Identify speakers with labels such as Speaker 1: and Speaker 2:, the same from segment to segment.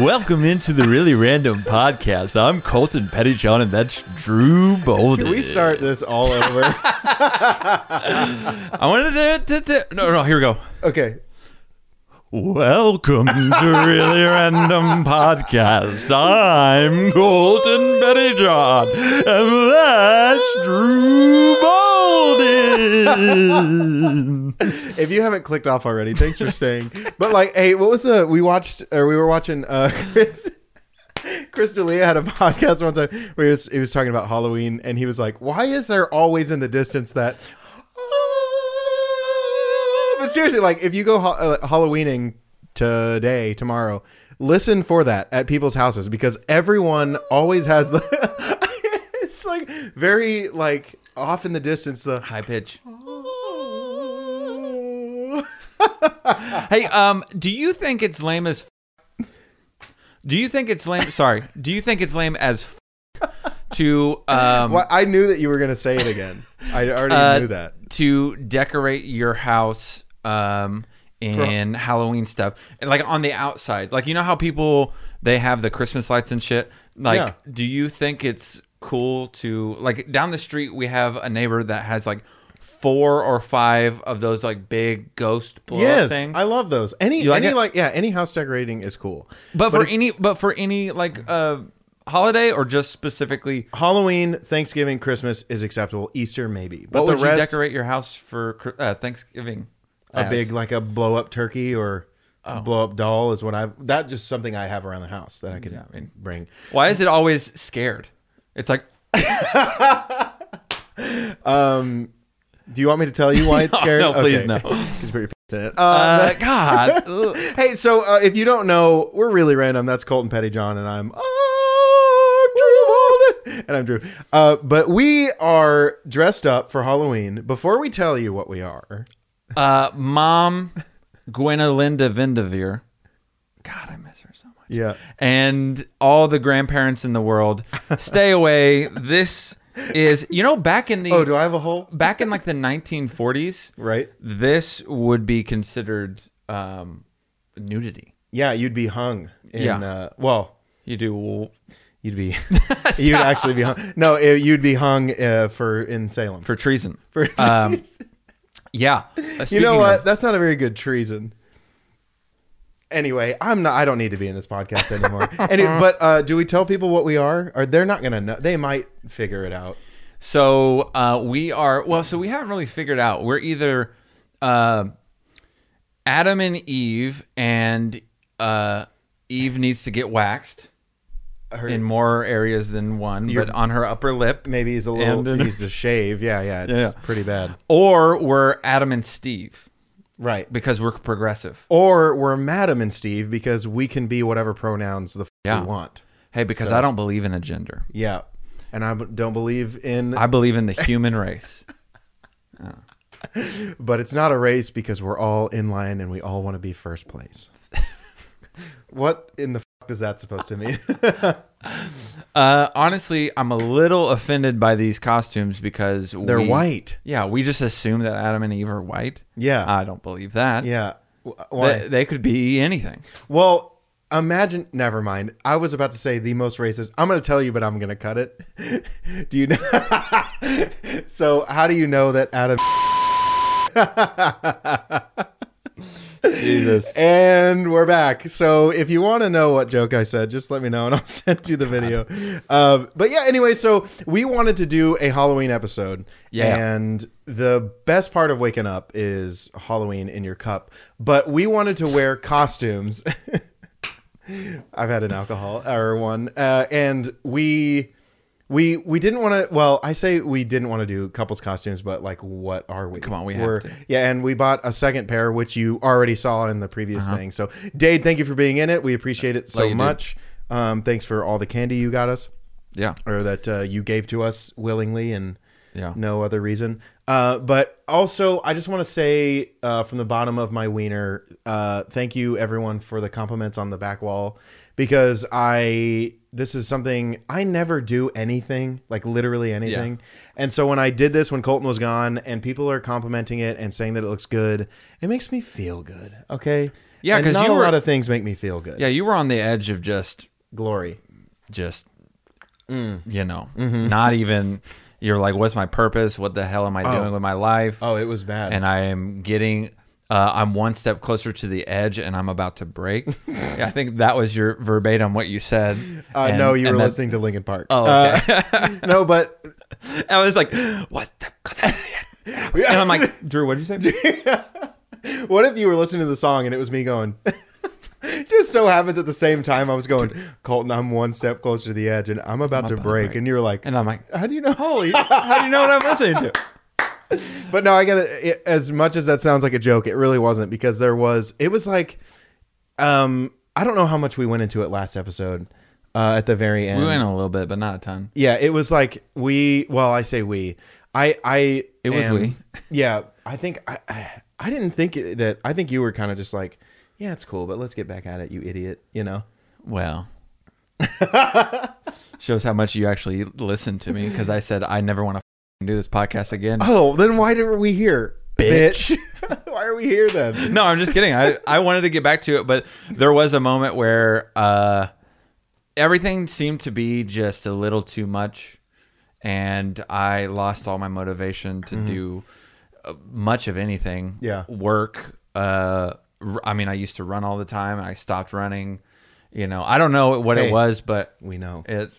Speaker 1: Welcome into the Really Random Podcast. I'm Colton Pettyjohn, and that's Drew Bolden.
Speaker 2: Can we start this all over?
Speaker 1: I wanted to, to, to. No, no, here we go.
Speaker 2: okay.
Speaker 1: Welcome to Really Random Podcast. I'm Colton Pettyjohn, and that's Drew Bolden.
Speaker 2: If you haven't clicked off already, thanks for staying. But like, hey, what was the we watched or we were watching uh Chris Chris D'Elia had a podcast one time where he was he was talking about Halloween and he was like, Why is there always in the distance that "Oh." But seriously, like if you go ha- uh, Halloweening today, tomorrow, listen for that at people's houses because everyone always has the it's like very like off in the distance the
Speaker 1: High pitch. Hey, um, do you think it's lame as? f- Do you think it's lame? Sorry, do you think it's lame as f- to um
Speaker 2: Well, I knew that you were going to say it again. I already
Speaker 1: Uh,
Speaker 2: knew that.
Speaker 1: to decorate your house um in Halloween stuff, and like on the outside, like you know how people they have the Christmas lights and shit. Like,
Speaker 2: Yeah.
Speaker 1: do you think it's cool to like down the street we have a neighbor that has like four or five of those like big ghost blow
Speaker 2: Yes,
Speaker 1: things.
Speaker 2: I love those. Any
Speaker 1: You like
Speaker 2: any
Speaker 1: it?
Speaker 2: like yeah, any house decorating is cool.
Speaker 1: But, for any, but for any like uh, holiday or just specifically,
Speaker 2: Halloween, Thanksgiving, Christmas is acceptable. Easter maybe, but
Speaker 1: what
Speaker 2: the
Speaker 1: would you
Speaker 2: rest
Speaker 1: decorate your house for Chri- uh, Thanksgiving?
Speaker 2: a big like a blow up turkey or
Speaker 1: Oh.
Speaker 2: blow up doll is what I that just something I have around the house that I can
Speaker 1: Yeah, I mean-
Speaker 2: bring.
Speaker 1: Why is it always scared? It's like
Speaker 2: Do you want me to tell you why it's
Speaker 1: No,
Speaker 2: scary?
Speaker 1: no, please, no.
Speaker 2: Just put your pants in it. Uh,
Speaker 1: uh, God. Ugh.
Speaker 2: Hey, so uh, if you don't know, we're really random. That's Colton Pettyjohn, and I'm oh, Drew Walden, and I'm Drew. Uh, but we are dressed up for Halloween. Before we tell you what we are,
Speaker 1: Uh, Mom, Gwenolinda Vindevere. God, I miss her so much.
Speaker 2: yeah,
Speaker 1: And all the grandparents in the world, stay away. This is you know back in the
Speaker 2: Oh, do I have a hole?
Speaker 1: back in like the 1940s,
Speaker 2: Right.
Speaker 1: This would be considered um, nudity.
Speaker 2: yeah, you'd be hung. In,
Speaker 1: Yeah.
Speaker 2: Uh, well,
Speaker 1: You do
Speaker 2: you'd be, you'd actually be hung. No, eh, you'd be hung uh, for in Salem.
Speaker 1: for treason.
Speaker 2: For- uh,
Speaker 1: um, yeah. Uh,
Speaker 2: you
Speaker 1: speaking
Speaker 2: know what?
Speaker 1: of-
Speaker 2: That's not a very good treason. Anyway, I'm not. I don't need to be in this podcast anymore. Any but uh, do we tell people what we are? Or they're not gonna know? They might figure it out.
Speaker 1: so uh, we are well. So we haven't really figured out. We're either uh, Adam and Eve, and uh, Eve needs to get waxed
Speaker 2: Her-
Speaker 1: in more areas than one, but on her upper lip.
Speaker 2: Maybe he's a little.
Speaker 1: And-
Speaker 2: He's to shave. Yeah, yeah. It's
Speaker 1: Yeah.
Speaker 2: pretty bad.
Speaker 1: Or we're Adam and Steve
Speaker 2: Right.
Speaker 1: because we're progressive.
Speaker 2: Or we're Madam and Steve because we can be whatever pronouns the f-
Speaker 1: Yeah.
Speaker 2: we want.
Speaker 1: Hey, because I don't believe in a gender.
Speaker 2: Yeah. And I don't believe in,
Speaker 1: I believe in the human race.
Speaker 2: but it's not a race because we're all in line and we all want to be first place. what in the f- is that supposed to mean?
Speaker 1: Uh, honestly, I'm a little offended by these costumes because
Speaker 2: They're
Speaker 1: we-
Speaker 2: white.
Speaker 1: Yeah, we just assume that Adam and Eve are white.
Speaker 2: Yeah.
Speaker 1: I don't believe that.
Speaker 2: Yeah. W- uh, Why?
Speaker 1: they, they could be anything.
Speaker 2: well, imagine. Never mind. I was about to say the most racist. I'm going to tell you, but I'm going to cut it. do you know? so, how do you know that Adam
Speaker 1: Jesus.
Speaker 2: and we're back? So, if you want to know what joke I said, just let me know and I'll send you the video. Um, but yeah, anyway, so we wanted to do a Halloween episode.
Speaker 1: Yeah.
Speaker 2: And the best part of waking up is Halloween in your cup. But we wanted to wear costumes. I've had an alcohol or one, uh, and we we we didn't want to. Well, I say we didn't want to do couples costumes, but like, what are we? Come
Speaker 1: on, we have to.
Speaker 2: Yeah, and we bought a second pair, which you already saw in the previous thing. So, Dade, thank you for being in it. We appreciate it so
Speaker 1: Uh-huh. you, dude.
Speaker 2: much. Um, thanks for all the candy you got us,
Speaker 1: Yeah.
Speaker 2: or that uh, you gave to us willingly and
Speaker 1: Yeah.
Speaker 2: no other reason. Uh, but also, I just want to say uh, from the bottom of my wiener, uh, thank you everyone for the compliments on the back wall because I this is something I never do anything like literally anything. And so when I did this when Colton was gone and people are complimenting it and saying that it looks good, it makes me feel good. Okay.
Speaker 1: Yeah,
Speaker 2: And
Speaker 1: 'cause
Speaker 2: not
Speaker 1: you
Speaker 2: a
Speaker 1: were-
Speaker 2: lot of things make me feel good.
Speaker 1: Yeah, you were on the edge of just
Speaker 2: Glory.
Speaker 1: just
Speaker 2: Mm.
Speaker 1: you know,
Speaker 2: Mm-hmm.
Speaker 1: not even you're like what's my purpose? What the hell am I doing with my life?
Speaker 2: Oh, it was bad.
Speaker 1: and I am getting uh, I'm one step closer to the edge and I'm about to break. Yeah, I think that was your verbatim what you said.
Speaker 2: uh,
Speaker 1: And-
Speaker 2: no, you
Speaker 1: and
Speaker 2: were
Speaker 1: that-
Speaker 2: listening to Linkin Park. Oh, no, but
Speaker 1: I was like, what the And I'm like, Drew, what did you say?
Speaker 2: what if you were listening to the song and it was me going? just so happens at the same time I was going, Colton, I'm one step closer to the edge and I'm about to
Speaker 1: about to
Speaker 2: break.
Speaker 1: break.
Speaker 2: And you're like,
Speaker 1: And I'm like,
Speaker 2: how do you know?
Speaker 1: holy, how do you know what I'm listening to?
Speaker 2: But no, I gotta. It, as much as that sounds like a joke, it really wasn't because there was. It was like, um, I don't know how much we went into it last episode. Uh, at the very end,
Speaker 1: We went a little bit, but not a ton.
Speaker 2: yeah, it was like we. Well, I say we. I. I.
Speaker 1: It was we.
Speaker 2: Yeah, I think I. I, I didn't think it- that. I think you were kind of just like, yeah, it's cool, but let's get back at it, you idiot. You know.
Speaker 1: Well, shows how much you actually listen to me because I said I never want to do this podcast again.
Speaker 2: Oh, then why are we here,
Speaker 1: Bitch.
Speaker 2: bitch? why are we here then?
Speaker 1: No, I'm just kidding. I, I wanted to get back to it, but there was a moment where uh, everything seemed to be just a little too much, and I lost all my motivation to do uh, much of anything.
Speaker 2: Mm-hmm. Yeah.
Speaker 1: work. Uh, r- I mean, I used to run all the time, and I stopped running. You know, I don't know what
Speaker 2: Hey.
Speaker 1: it was, but
Speaker 2: We know.
Speaker 1: it's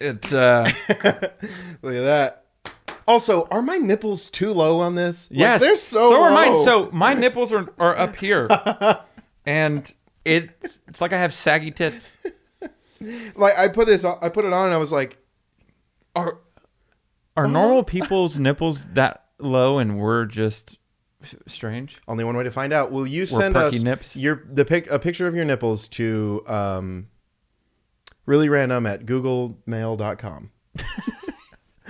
Speaker 1: it. Uh,
Speaker 2: Look at that. Also, are my nipples too low on this? Like,
Speaker 1: yes,
Speaker 2: they're so.
Speaker 1: are mine.
Speaker 2: low.
Speaker 1: So my nipples are are up here, and it's it's like I have saggy tits.
Speaker 2: like I put this, I put it on, and I was like,
Speaker 1: Are are normal people's nipples that low, and we're just s- strange?
Speaker 2: only one way to find out. Will you send
Speaker 1: perky
Speaker 2: us
Speaker 1: nips.
Speaker 2: your the pic, a picture of your nipples to um, really random at googlemail.com.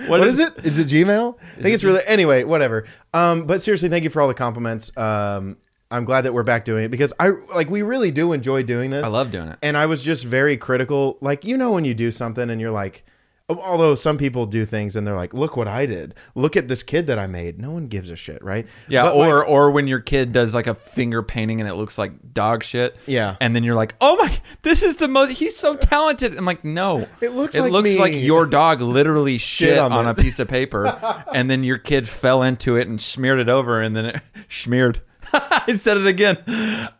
Speaker 2: what is, it? Is it Gmail? I think it's really anyway. Whatever. Um, but seriously, thank you for all the compliments. Um, I'm glad that we're back doing it because I like we really do enjoy doing this.
Speaker 1: I love doing it.
Speaker 2: and I was just very critical. Like you know when you do something and you're like, although some people do things and they're like, look what I did, look at this kid that I made. No one gives a shit, right?
Speaker 1: Yeah,
Speaker 2: But,
Speaker 1: or
Speaker 2: like,
Speaker 1: or when your kid does like a finger painting and it looks like dog shit.
Speaker 2: Yeah.
Speaker 1: and then you're like, oh my, this is the most. He's so talented. I'm like, no,
Speaker 2: It looks
Speaker 1: it
Speaker 2: like
Speaker 1: looks
Speaker 2: me.
Speaker 1: like your dog literally shit
Speaker 2: on
Speaker 1: on, a piece of paper, and then your kid fell into it and smeared it over, and then it smeared. I said it again,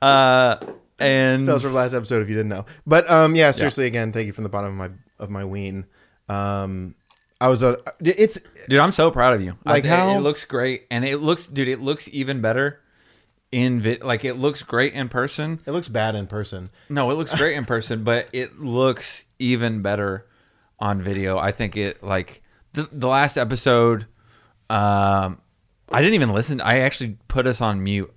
Speaker 1: uh, and
Speaker 2: that was from last episode if you didn't know. But um, yeah, seriously, again, thank you from the bottom of my of my ween. Um, I was a it's
Speaker 1: dude, I'm so proud of you.
Speaker 2: Like
Speaker 1: I,
Speaker 2: how-
Speaker 1: it, it looks great, and it looks, dude, it looks even better in vi- like it looks great in person.
Speaker 2: it looks bad in person.
Speaker 1: No, it looks great in person, but it looks even better on video. I think it like the, the last episode. Um, I didn't even listen. I actually put us on mute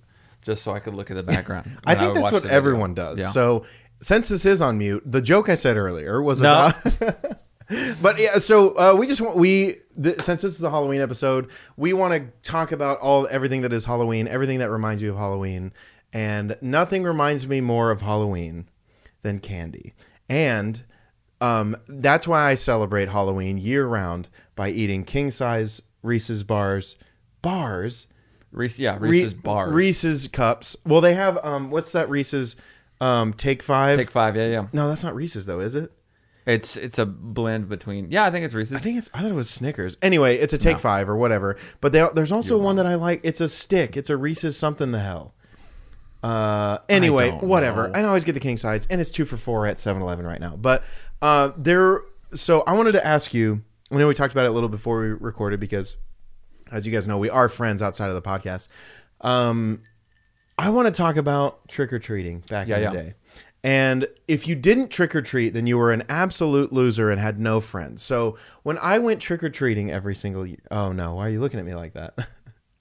Speaker 1: just so I could look at the background.
Speaker 2: I
Speaker 1: when
Speaker 2: think
Speaker 1: would
Speaker 2: that's
Speaker 1: watch
Speaker 2: what
Speaker 1: the video.
Speaker 2: everyone does.
Speaker 1: Yeah.
Speaker 2: So since this is on mute, the joke I said earlier was
Speaker 1: No.
Speaker 2: about. but yeah, so uh, we just want we th- since this is the Halloween episode, we want to talk about all everything that is Halloween, everything that reminds you of Halloween, and nothing reminds me more of Halloween than candy, and um, that's why I celebrate Halloween year round by eating king size Reese's bars, bars.
Speaker 1: Reese, yeah, Reese's
Speaker 2: Re-
Speaker 1: bar,
Speaker 2: Reese's cups. Well, they have um, what's that Reese's um, Take Five?
Speaker 1: take five. Yeah, yeah.
Speaker 2: no, that's not Reese's though, is it?
Speaker 1: It's it's a blend between. Yeah, I think it's Reese's.
Speaker 2: I think it's I thought it was Snickers. Anyway, it's a Take Five or whatever. But they, there's also one that I like. It's a stick. It's a Reese's something the hell. Uh, anyway,
Speaker 1: don't
Speaker 2: whatever.
Speaker 1: know.
Speaker 2: I always get the king size, and it's two for four at 7-Eleven right now. But uh, there. So I wanted to ask you. I know we talked about it a little before we recorded because, as you guys know, we are friends outside of the podcast. Um, I want to talk about trick or treating back in
Speaker 1: Yeah,
Speaker 2: the
Speaker 1: yeah.
Speaker 2: day. And if you didn't trick or treat, then you were an absolute loser and had no friends. So when I went trick or treating every single year, oh no, why are you looking at me like that?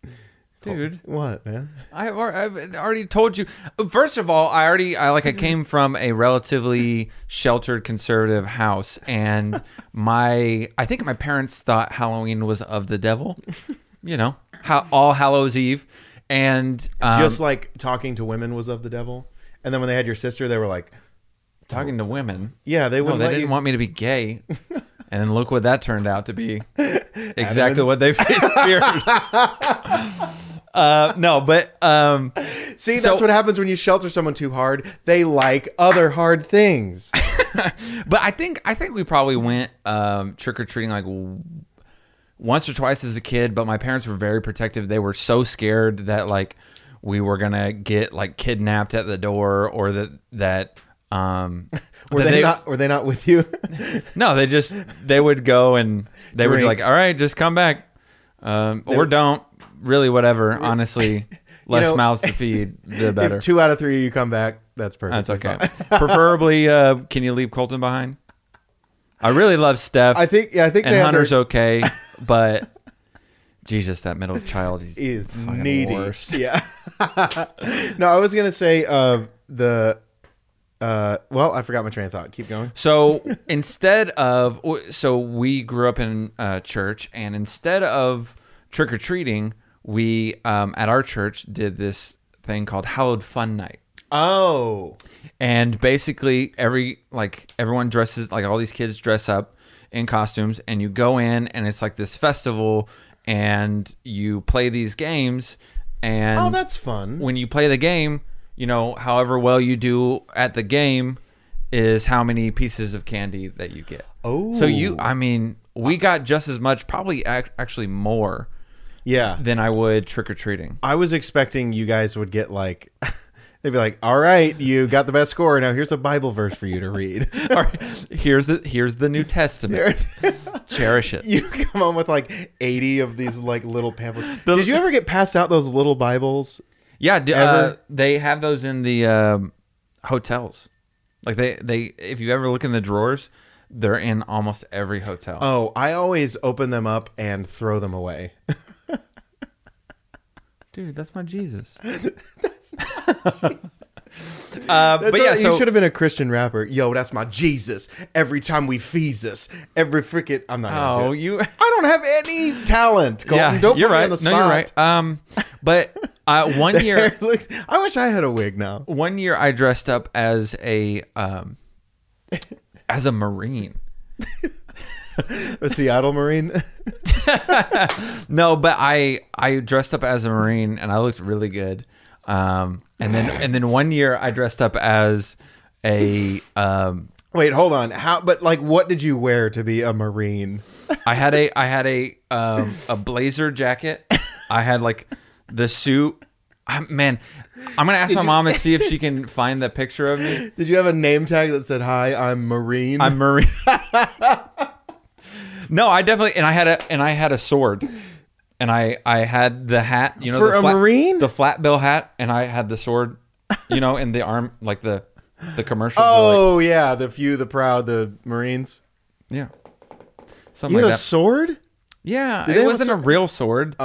Speaker 1: Dude,
Speaker 2: what, man?
Speaker 1: I've, al- I've already told you. First of all, I already I
Speaker 2: Mm-hmm.
Speaker 1: like I came from a relatively sheltered conservative house, and my I think my parents thought Halloween was of the devil. You know, how All Hallows Eve, and um,
Speaker 2: Just like talking to women was of the devil. And then when they had your sister, they were like,
Speaker 1: talking to women.
Speaker 2: yeah, they
Speaker 1: No,
Speaker 2: wouldn't
Speaker 1: they
Speaker 2: let
Speaker 1: didn't
Speaker 2: you-
Speaker 1: want me to be gay. And look what that turned out to be. Exactly
Speaker 2: Adam
Speaker 1: what they feared. uh, no, but um,
Speaker 2: See,
Speaker 1: So-
Speaker 2: that's what happens when you shelter someone too hard. They like other hard things.
Speaker 1: But I think I think we probably went um, trick or treating like w- once or twice as a kid. But my parents were very protective. They were so scared that like we were gonna get like kidnapped at the door, or that that um,
Speaker 2: Were
Speaker 1: that
Speaker 2: they, not? Were they not with you?
Speaker 1: No, they just they would go and they would be
Speaker 2: Drink.
Speaker 1: like, all right, just come back, um, or don't. Really, whatever. Honestly, less
Speaker 2: know,
Speaker 1: mouths to feed, the better.
Speaker 2: if two out of three of you come back, that's perfect.
Speaker 1: That's okay. Preferably, uh, can you leave Colton behind? I really love Steph.
Speaker 2: I think. Yeah, I think
Speaker 1: and
Speaker 2: they have
Speaker 1: Hunter's
Speaker 2: their,
Speaker 1: okay, but Jesus, that middle child is,
Speaker 2: is
Speaker 1: fucking
Speaker 2: needy.
Speaker 1: worst.
Speaker 2: Yeah. no, I was gonna say uh, the. Uh, well, I forgot my train of thought. Keep going.
Speaker 1: So instead of so we grew up in uh, church, and instead of trick or treating, we um, at our church did this thing called Hallowed Fun Night.
Speaker 2: Oh,
Speaker 1: and basically every like everyone dresses like all these kids dress up in costumes and you go in and it's like this festival and you play these games and
Speaker 2: oh, that's fun.
Speaker 1: Mm-hmm. when you play the game you know however well you do at the game is how many pieces of candy that you get
Speaker 2: Oh.
Speaker 1: so you i mean we got just as much probably ac- actually more
Speaker 2: yeah,
Speaker 1: than i would trick-or-treating
Speaker 2: I was expecting you guys would get like. They'd be like, "All right, you got the best score. Now here's a Bible verse for you to read."
Speaker 1: all right here's the here's the new testament cherish it
Speaker 2: you come home with like 80 of these like little pamphlets. Did you ever get passed out those little Bibles?
Speaker 1: Yeah, d- uh,
Speaker 2: Ever?
Speaker 1: they have those in the um, hotels. Like they, they, if you ever look in the drawers, they're in almost every hotel.
Speaker 2: Oh, I always open them up and throw them away.
Speaker 1: Dude, that's my Jesus. uh, Um, but
Speaker 2: So
Speaker 1: yeah,
Speaker 2: you
Speaker 1: so
Speaker 2: should have been a Christian rapper. Yo, that's my Jesus. Every time we feesus, every freaking I'm not. gonna
Speaker 1: oh,
Speaker 2: do it.
Speaker 1: you,
Speaker 2: I don't have any talent. Colton.
Speaker 1: yeah,
Speaker 2: don't
Speaker 1: you're
Speaker 2: put me
Speaker 1: right.
Speaker 2: on the spot.
Speaker 1: No, you're right. Um, but uh, one year,
Speaker 2: Look, I wish I had a wig now.
Speaker 1: one year I dressed up as a um, as a marine.
Speaker 2: A Seattle Marine.
Speaker 1: No, but I I dressed up as a marine and I looked really good. Um, and then and then one year I dressed up as a um,
Speaker 2: Wait, hold on. How? But like, what did you wear to be a Marine?
Speaker 1: I had a I had a um, a blazer jacket. I had like the suit. I, man, I'm gonna ask my mom and see if she can find the picture of me.
Speaker 2: Did you have a name tag that said "Hi, I'm Marine"?
Speaker 1: I'm marine. no, I definitely and I had a and I had a sword. And I, I had the hat, you know,
Speaker 2: For
Speaker 1: the
Speaker 2: a Marine?
Speaker 1: the flat bill hat, and I had the sword, you know, in the arm, like the the commercials. are like,
Speaker 2: Oh yeah, the few, the proud, the Marines.
Speaker 1: yeah,
Speaker 2: You
Speaker 1: something
Speaker 2: had
Speaker 1: like
Speaker 2: a
Speaker 1: that.
Speaker 2: sword?
Speaker 1: yeah,
Speaker 2: they
Speaker 1: it
Speaker 2: have a Oh.
Speaker 1: wasn't a real sword,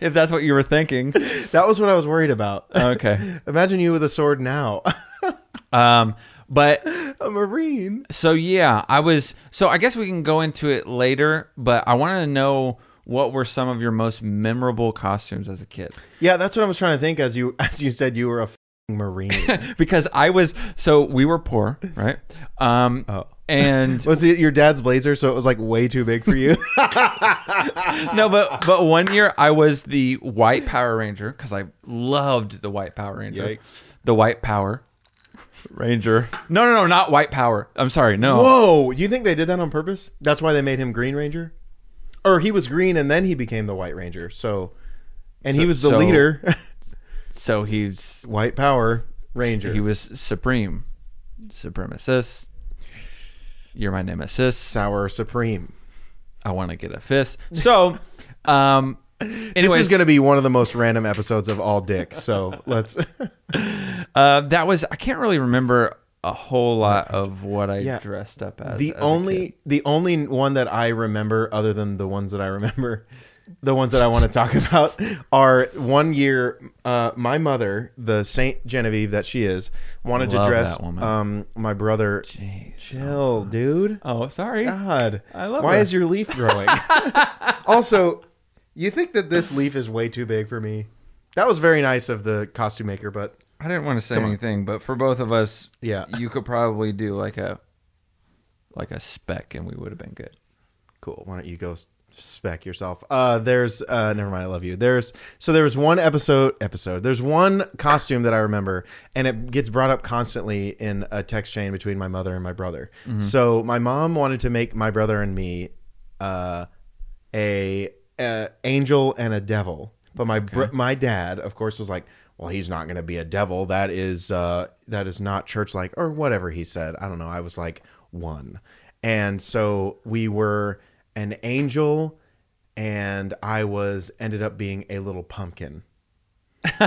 Speaker 1: if that's what you were thinking.
Speaker 2: That was what I was worried about.
Speaker 1: Okay,
Speaker 2: Imagine you with a sword now,
Speaker 1: um, but
Speaker 2: a Marine.
Speaker 1: So yeah, I was. So I guess we can go into it later, but I wanted to know what were some of your most memorable costumes as a kid,
Speaker 2: Yeah, that's what I was trying to think. As you as you said, you were a fing Marine.
Speaker 1: because I was. So we were poor, right? Um,
Speaker 2: Oh.
Speaker 1: and
Speaker 2: was it your dad's blazer? So it was like way too big for you.
Speaker 1: no, but but one year I was the white Power Ranger because I loved the white Power Ranger,
Speaker 2: Yikes.
Speaker 1: the white Power Ranger. No, no, no, not white Power. I'm sorry, no.
Speaker 2: Whoa! You think they did that on purpose? That's why they made him Green Ranger, or he was green and then he became the White Ranger. So, and he
Speaker 1: So-
Speaker 2: was the
Speaker 1: so-
Speaker 2: leader,
Speaker 1: So he's
Speaker 2: White Power Ranger.
Speaker 1: He was supreme, supremacist. You're my nemesis.
Speaker 2: Sour Supreme.
Speaker 1: I want to get a fist. So, um,
Speaker 2: This
Speaker 1: anyways,
Speaker 2: is going to be one of the most random episodes of all dick. So let's.
Speaker 1: uh, that was I can't really remember a whole lot of what I
Speaker 2: Yeah.
Speaker 1: dressed up as.
Speaker 2: the
Speaker 1: as a kid.
Speaker 2: only the only one that I remember, other than the ones that I remember, the ones that I want to talk about are one year. Uh, my mother, the Saint Genevieve that she is, wanted
Speaker 1: Love
Speaker 2: to dress
Speaker 1: that woman.
Speaker 2: um my brother. Chill, dude.
Speaker 1: oh, sorry.
Speaker 2: God,
Speaker 1: I love
Speaker 2: Why
Speaker 1: her.
Speaker 2: is your leaf growing? also, you think that this leaf is way too big for me? That was very nice of the costume maker, but
Speaker 1: I didn't want to say anything, but for both of us,
Speaker 2: Yeah.
Speaker 1: you could probably do like a like a speck, and we would have been good.
Speaker 2: cool. Why don't you go s- spec yourself. Uh, there's uh, never mind. I love you. There's so there was one episode episode. There's one costume that I remember, and it gets brought up constantly in a text chain between my mother and my brother. So my mom wanted to make my brother and me uh, a, a angel and a devil, but my br- my dad, of course, was like. Well, he's not going to be a devil. That is uh, that is not church like or whatever he said. I don't know. I was like one, and so we were an angel and I was ended up being a little pumpkin.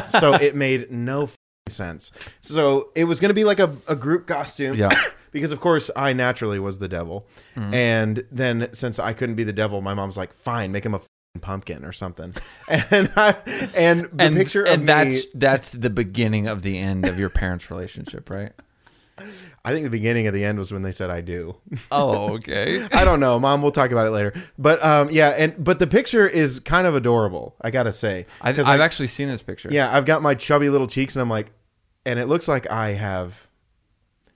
Speaker 2: so it made no f- sense. So it was going to be like a, a group costume.
Speaker 1: Yeah.
Speaker 2: because, of course, I naturally was the devil.
Speaker 1: Mm-hmm.
Speaker 2: And then since I couldn't be the devil, my mom's like, fine, make him a f- pumpkin or something. And I, and the
Speaker 1: and,
Speaker 2: picture of
Speaker 1: and
Speaker 2: me,
Speaker 1: that's that's the beginning of the end of your parents' relationship, right?
Speaker 2: I think the beginning of the end was when they said, I do.
Speaker 1: Oh, okay.
Speaker 2: I don't know, mom. We'll talk about it later. But um, yeah, and but the picture is kind of adorable. I gotta say,
Speaker 1: I, I've
Speaker 2: 'Cause, like,
Speaker 1: actually seen this picture.
Speaker 2: Yeah, I've got my chubby little cheeks, and I'm like, and it looks like I have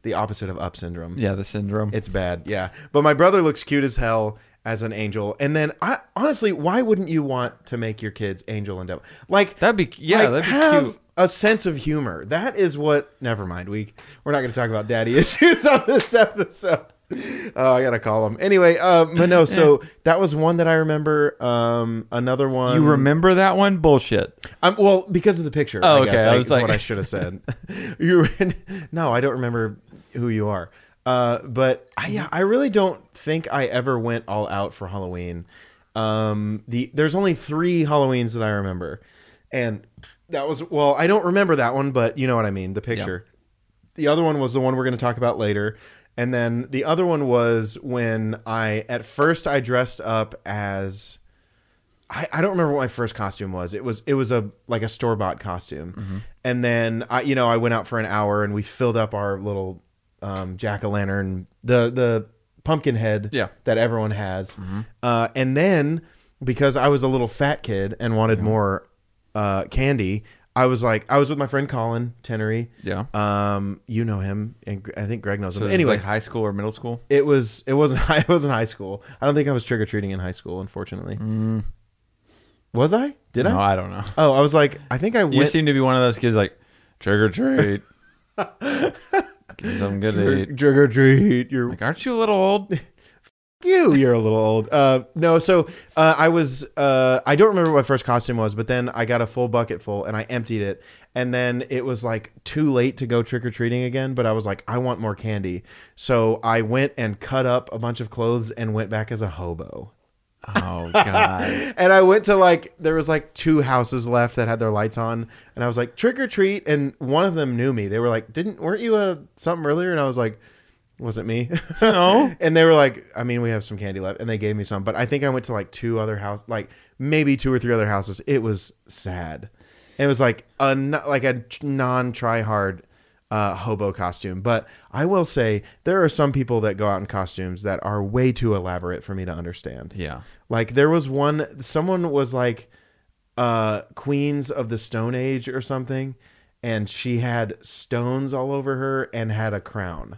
Speaker 2: the opposite of up syndrome.
Speaker 1: yeah, the syndrome.
Speaker 2: It's bad. Yeah. But my brother looks cute as hell as an angel. And then I honestly, why wouldn't you want to make your kids angel and devil? Like
Speaker 1: That'd be yeah,
Speaker 2: like,
Speaker 1: that'd be
Speaker 2: have
Speaker 1: cute.
Speaker 2: A sense of humor. That is what. Never mind. We we're not going to talk about daddy issues on this episode. Oh, I gotta call him anyway. Uh, but no, so that was one that I remember. Um, another one
Speaker 1: Eh. You remember that one? Bullshit.
Speaker 2: um, well, because of the picture.
Speaker 1: Oh,
Speaker 2: I guess.
Speaker 1: okay. I
Speaker 2: I
Speaker 1: was
Speaker 2: is
Speaker 1: like-
Speaker 2: what I should have said. you no, I don't remember who you are. Uh, but I, yeah, I really don't think I ever went all out for Halloween. Um, the there's only three Halloweens that I remember, and that was well, I don't remember that one, but you know what I mean. The picture. The other one was the one we're going to talk about later. And then the other one was when I, at first, I dressed up as, I, I don't remember what my first costume was. It was, it was a, like a store bought costume.
Speaker 1: Mm-hmm.
Speaker 2: And then I, you know, I went out for an hour and we filled up our little, um, jack-o'-lantern, the, the pumpkin head
Speaker 1: Yeah. Mm-hmm.
Speaker 2: that everyone has. Uh, and then because I was a little fat kid and wanted more, uh, candy, I was like, I was with my friend Colin Tenery.
Speaker 1: Yeah.
Speaker 2: Um, you know him, and Gre- I think Greg knows him.
Speaker 1: So this is
Speaker 2: anyway,
Speaker 1: like high school or middle school?
Speaker 2: it was it wasn't high, it wasn't high school. I don't think I was trick or treating in high school, unfortunately. Was I? Did
Speaker 1: Mm. no,
Speaker 2: I?
Speaker 1: I? don't know.
Speaker 2: Oh, I was like, I think I
Speaker 1: You
Speaker 2: went
Speaker 1: seem to be one of those kids like trick or treat. Give me something good to eat.
Speaker 2: trick or treat. You're
Speaker 1: Like, aren't you a little old?
Speaker 2: you you're a little old uh no so uh i was uh i don't remember what my first costume was but then i got a full bucket full and i emptied it and then it was like too late to go trick-or-treating again but i was like i want more candy so i went and cut up a bunch of clothes and went back as a hobo
Speaker 1: Oh god.
Speaker 2: and I went to like there was like two houses left that had their lights on, and I was like trick or treat, and one of them knew me. They were like, "Didn't weren't you a something earlier?" And I was like, "Wasn't me."
Speaker 1: No.
Speaker 2: and they were like, "I mean, we have some candy left," and they gave me some, but I think I went to like two other house, like maybe two or three other houses. It was sad. It was like a n- like a non try hard. Uh, hobo costume, but I will say there are some people that go out in costumes that are way too elaborate for me to understand.
Speaker 1: Yeah.
Speaker 2: Like there was one someone was like uh Queens of the Stone Age or something and she had stones all over her and had a crown.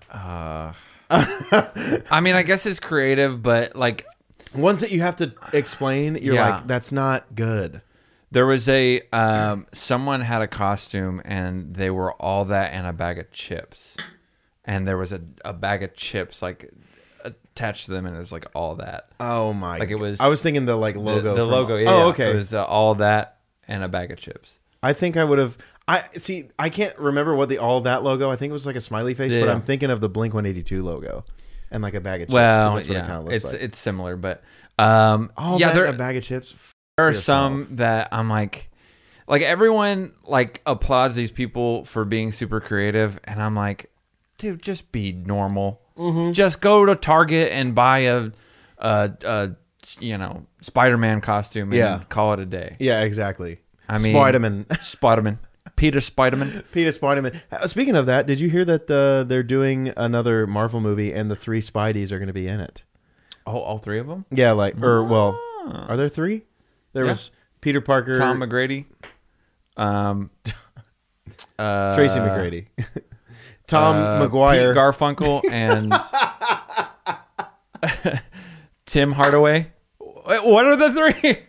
Speaker 1: I mean, I guess it's creative, but like
Speaker 2: Ones that you have to explain, you're
Speaker 1: Yeah.
Speaker 2: like that's not good.
Speaker 1: there was a um, someone had a costume and they were all that and a bag of chips, and there was a, a bag of chips like attached to them, and it was like all that.
Speaker 2: Oh my.
Speaker 1: Like, it
Speaker 2: g-
Speaker 1: was-
Speaker 2: I was thinking the like
Speaker 1: The-
Speaker 2: logo.
Speaker 1: the
Speaker 2: from-
Speaker 1: logo. Yeah,
Speaker 2: oh,
Speaker 1: yeah.
Speaker 2: okay.
Speaker 1: It was uh, all that and a bag of chips.
Speaker 2: I think I would have I see I can't remember what the all that logo. I think it was like a smiley face, but
Speaker 1: Yeah.
Speaker 2: I'm thinking of the Blink-182 logo and like a bag of chips 'cause
Speaker 1: Well,
Speaker 2: that's what it
Speaker 1: yeah,
Speaker 2: kind of looks
Speaker 1: it's
Speaker 2: like.
Speaker 1: it's similar, but um,
Speaker 2: all
Speaker 1: yeah,
Speaker 2: that and
Speaker 1: there,
Speaker 2: a bag of chips. F-
Speaker 1: there are
Speaker 2: yourself.
Speaker 1: some that I'm like, like everyone like applauds these people for being super creative, and I'm like, dude, just be normal.
Speaker 2: Mm-hmm.
Speaker 1: Just go to Target and buy a, a, a you know, Spider-Man costume and
Speaker 2: Yeah.
Speaker 1: call it a day.
Speaker 2: Yeah, exactly.
Speaker 1: I mean,
Speaker 2: Spider-Man.
Speaker 1: Spiderman, Peter Spiderman.
Speaker 2: Peter Spiderman. Uh, Speaking of that, did you hear that uh, they're doing another Marvel movie and the three Spideys are going to be in it?
Speaker 1: Oh, all three of them.
Speaker 2: Yeah, like or well, are there three? There
Speaker 1: Ah. Yeah.
Speaker 2: was Peter Parker,
Speaker 1: Tom McGrady. Um. uh,
Speaker 2: Tracy McGrady, Tom McGuire.
Speaker 1: Pete Garfunkel and Tim Hardaway. Wait, What are the three?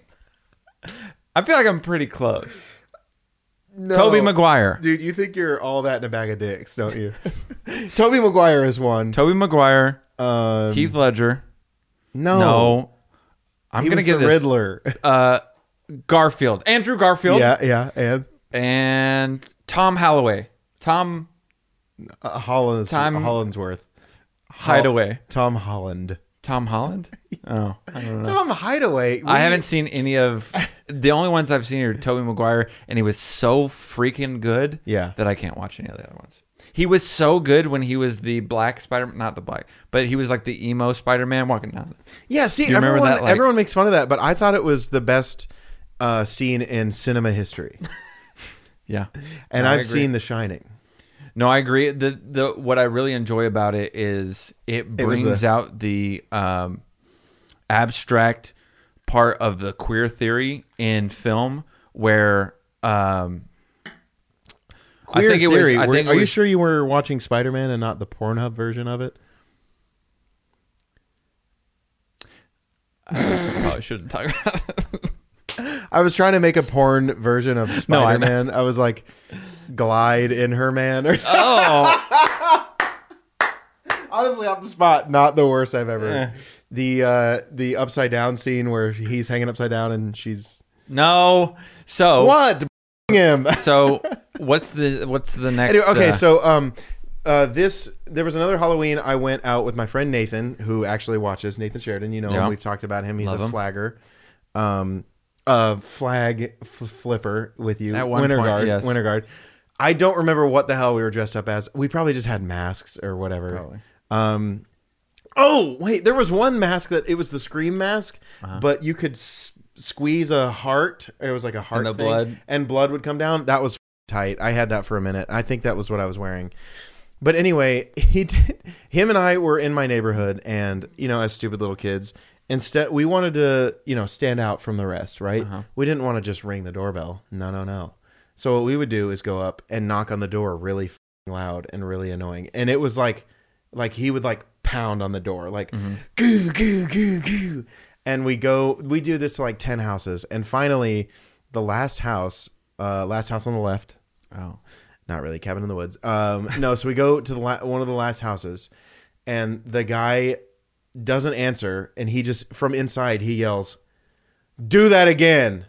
Speaker 1: I feel like I'm pretty close.
Speaker 2: No.
Speaker 1: Toby Maguire.
Speaker 2: Dude, you think you're all that in a bag of dicks, don't you? Toby Maguire is one.
Speaker 1: Toby Maguire.
Speaker 2: Um,
Speaker 1: Heath Ledger.
Speaker 2: no.
Speaker 1: No. I'm
Speaker 2: He
Speaker 1: gonna
Speaker 2: was
Speaker 1: get
Speaker 2: the
Speaker 1: this.
Speaker 2: Riddler.
Speaker 1: Uh, Garfield. Andrew Garfield.
Speaker 2: yeah, yeah, and
Speaker 1: And Tom Holloway. Tom
Speaker 2: uh, Holland's,
Speaker 1: Time-
Speaker 2: Hollandsworth.
Speaker 1: Hideaway.
Speaker 2: Tom Holland.
Speaker 1: Tom Holland. Oh, I don't know.
Speaker 2: Tom Hideaway.
Speaker 1: I
Speaker 2: we-
Speaker 1: haven't seen any of the only ones I've seen are Toby Maguire, and he was so freaking good
Speaker 2: Yeah.
Speaker 1: that I can't watch any of the other ones. He was so good when he was the black Spider not the black, but he was like the emo Spider Man walking down.
Speaker 2: Yeah, see,
Speaker 1: you remember
Speaker 2: everyone,
Speaker 1: that, like-
Speaker 2: everyone makes fun of that, but I thought it was the best uh, scene in cinema history.
Speaker 1: Yeah.
Speaker 2: And
Speaker 1: I
Speaker 2: I've
Speaker 1: agree.
Speaker 2: seen The Shining.
Speaker 1: No, I agree. The the what I really enjoy about it is it
Speaker 2: was
Speaker 1: brings out the um, abstract part of the queer theory in film where um,
Speaker 2: Queer
Speaker 1: I think it
Speaker 2: theory.
Speaker 1: was. I
Speaker 2: were-
Speaker 1: think it
Speaker 2: are you
Speaker 1: was-
Speaker 2: sure you were watching Spider Man and not the Pornhub version of it?
Speaker 1: Probably shouldn't talk about. That.
Speaker 2: I was trying to make a porn version of
Speaker 1: No, I know.
Speaker 2: Spider Man. I was like, glide in her man or something.
Speaker 1: Oh.
Speaker 2: Honestly, off the spot, not the worst I've
Speaker 1: Eh.
Speaker 2: ever. the uh, the upside down scene where he's hanging upside down and she's
Speaker 1: No. So
Speaker 2: what him.
Speaker 1: so what's the what's the next?
Speaker 2: anyway, okay,
Speaker 1: uh,
Speaker 2: so um, uh, this there was another Halloween. I went out with my friend Nathan, who actually watches Nathan Sheridan. You know,
Speaker 1: Yeah.
Speaker 2: him. we've talked about him. He's
Speaker 1: Love
Speaker 2: a
Speaker 1: him.
Speaker 2: flagger, um, a flag fl- flipper with you,
Speaker 1: At one
Speaker 2: winter
Speaker 1: point,
Speaker 2: guard,
Speaker 1: yes.
Speaker 2: winter guard. I don't remember what the hell we were dressed up as. We probably just had masks or whatever.
Speaker 1: Probably.
Speaker 2: Um, oh wait, there was one mask that it was the scream mask,
Speaker 1: Uh-huh.
Speaker 2: but you could s- squeeze a heart. It was like a heart
Speaker 1: the
Speaker 2: thing,
Speaker 1: blood.
Speaker 2: and blood would come down. That was tight. I had that for a minute. I think that was what I was wearing. But anyway, he did. Him and I were in my neighborhood, and you know, as stupid little kids, instead we wanted to, you know, stand out from the rest, right?
Speaker 1: Uh-huh.
Speaker 2: We didn't want to just ring the doorbell. No, no, no. So what we would do is go up and knock on the door really f- loud and really annoying, and it was like, like he would like pound on the door, like goo goo goo goo, and we go, we do this to like ten houses, and finally, the last house, uh, last house on the left,
Speaker 1: oh.
Speaker 2: not really cabin in the woods um no so we go to the la- one of the last houses and the guy doesn't answer and he just from inside he yells do that again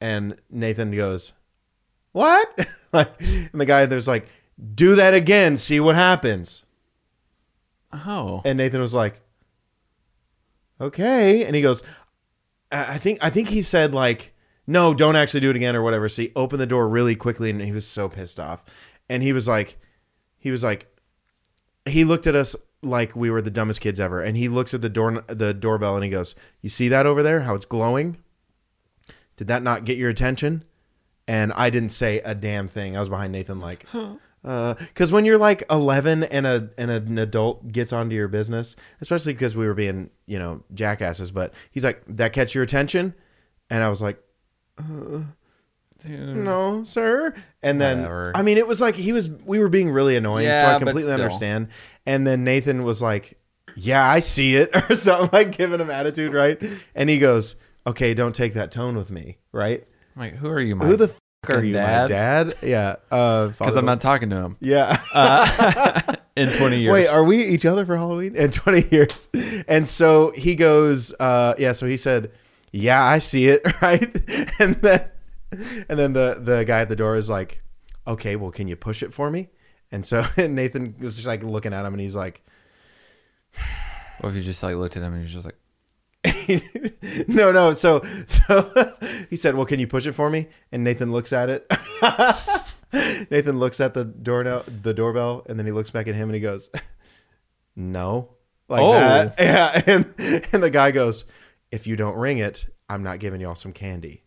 Speaker 2: and nathan goes what like and the guy there's like do that again see what happens
Speaker 1: Oh.
Speaker 2: and Nathan was like, "Okay." And he goes, "I I think I think he said like, no, don't actually do it again or whatever." So he opened the door really quickly, and he was so pissed off. And he was like, he was like, he looked at us like we were the dumbest kids ever. And he looks at the door the doorbell and he goes, "You see that over there? How it's glowing? Did that not get your attention?" And I didn't say a damn thing. I was behind Nathan like because when you're like 11 and a and an adult gets onto your business, especially because we were being you know jackasses, but he's like, "That catch your attention?" And I was like,
Speaker 1: Dude.
Speaker 2: "No, sir." And then
Speaker 1: Whatever.
Speaker 2: I mean, it was like he was we were being really annoying, so
Speaker 1: Yeah,
Speaker 2: I
Speaker 1: but
Speaker 2: completely
Speaker 1: still.
Speaker 2: understand. And then Nathan was like, "Yeah, I see it," or something like giving him attitude, right? And he goes, "Okay, don't take that tone with me, right?
Speaker 1: I'm like, who are you, my
Speaker 2: Who the f- are
Speaker 1: fucking
Speaker 2: you, my
Speaker 1: dad?
Speaker 2: dad? Yeah, uh,
Speaker 1: Because I'm not talking to him
Speaker 2: Yeah."
Speaker 1: in 20 years.
Speaker 2: Wait, are we each other for Halloween in 20 years? And so he goes, uh, yeah, so he said, yeah, I see it, right? And then and then the the guy at the door is like, okay, well, can you push it for me? And so and Nathan was just like looking at him and he's like,
Speaker 1: what if you just like looked at him and you're just like,
Speaker 2: no, no. So, so he said, "Well, can you push it for me?" And Nathan looks at it. Nathan looks at the door the doorbell, and then he looks back at him and he goes, "No." Like
Speaker 1: Oh.
Speaker 2: that. Yeah, and and the guy goes, "If you don't ring it, I'm not giving y'all some candy."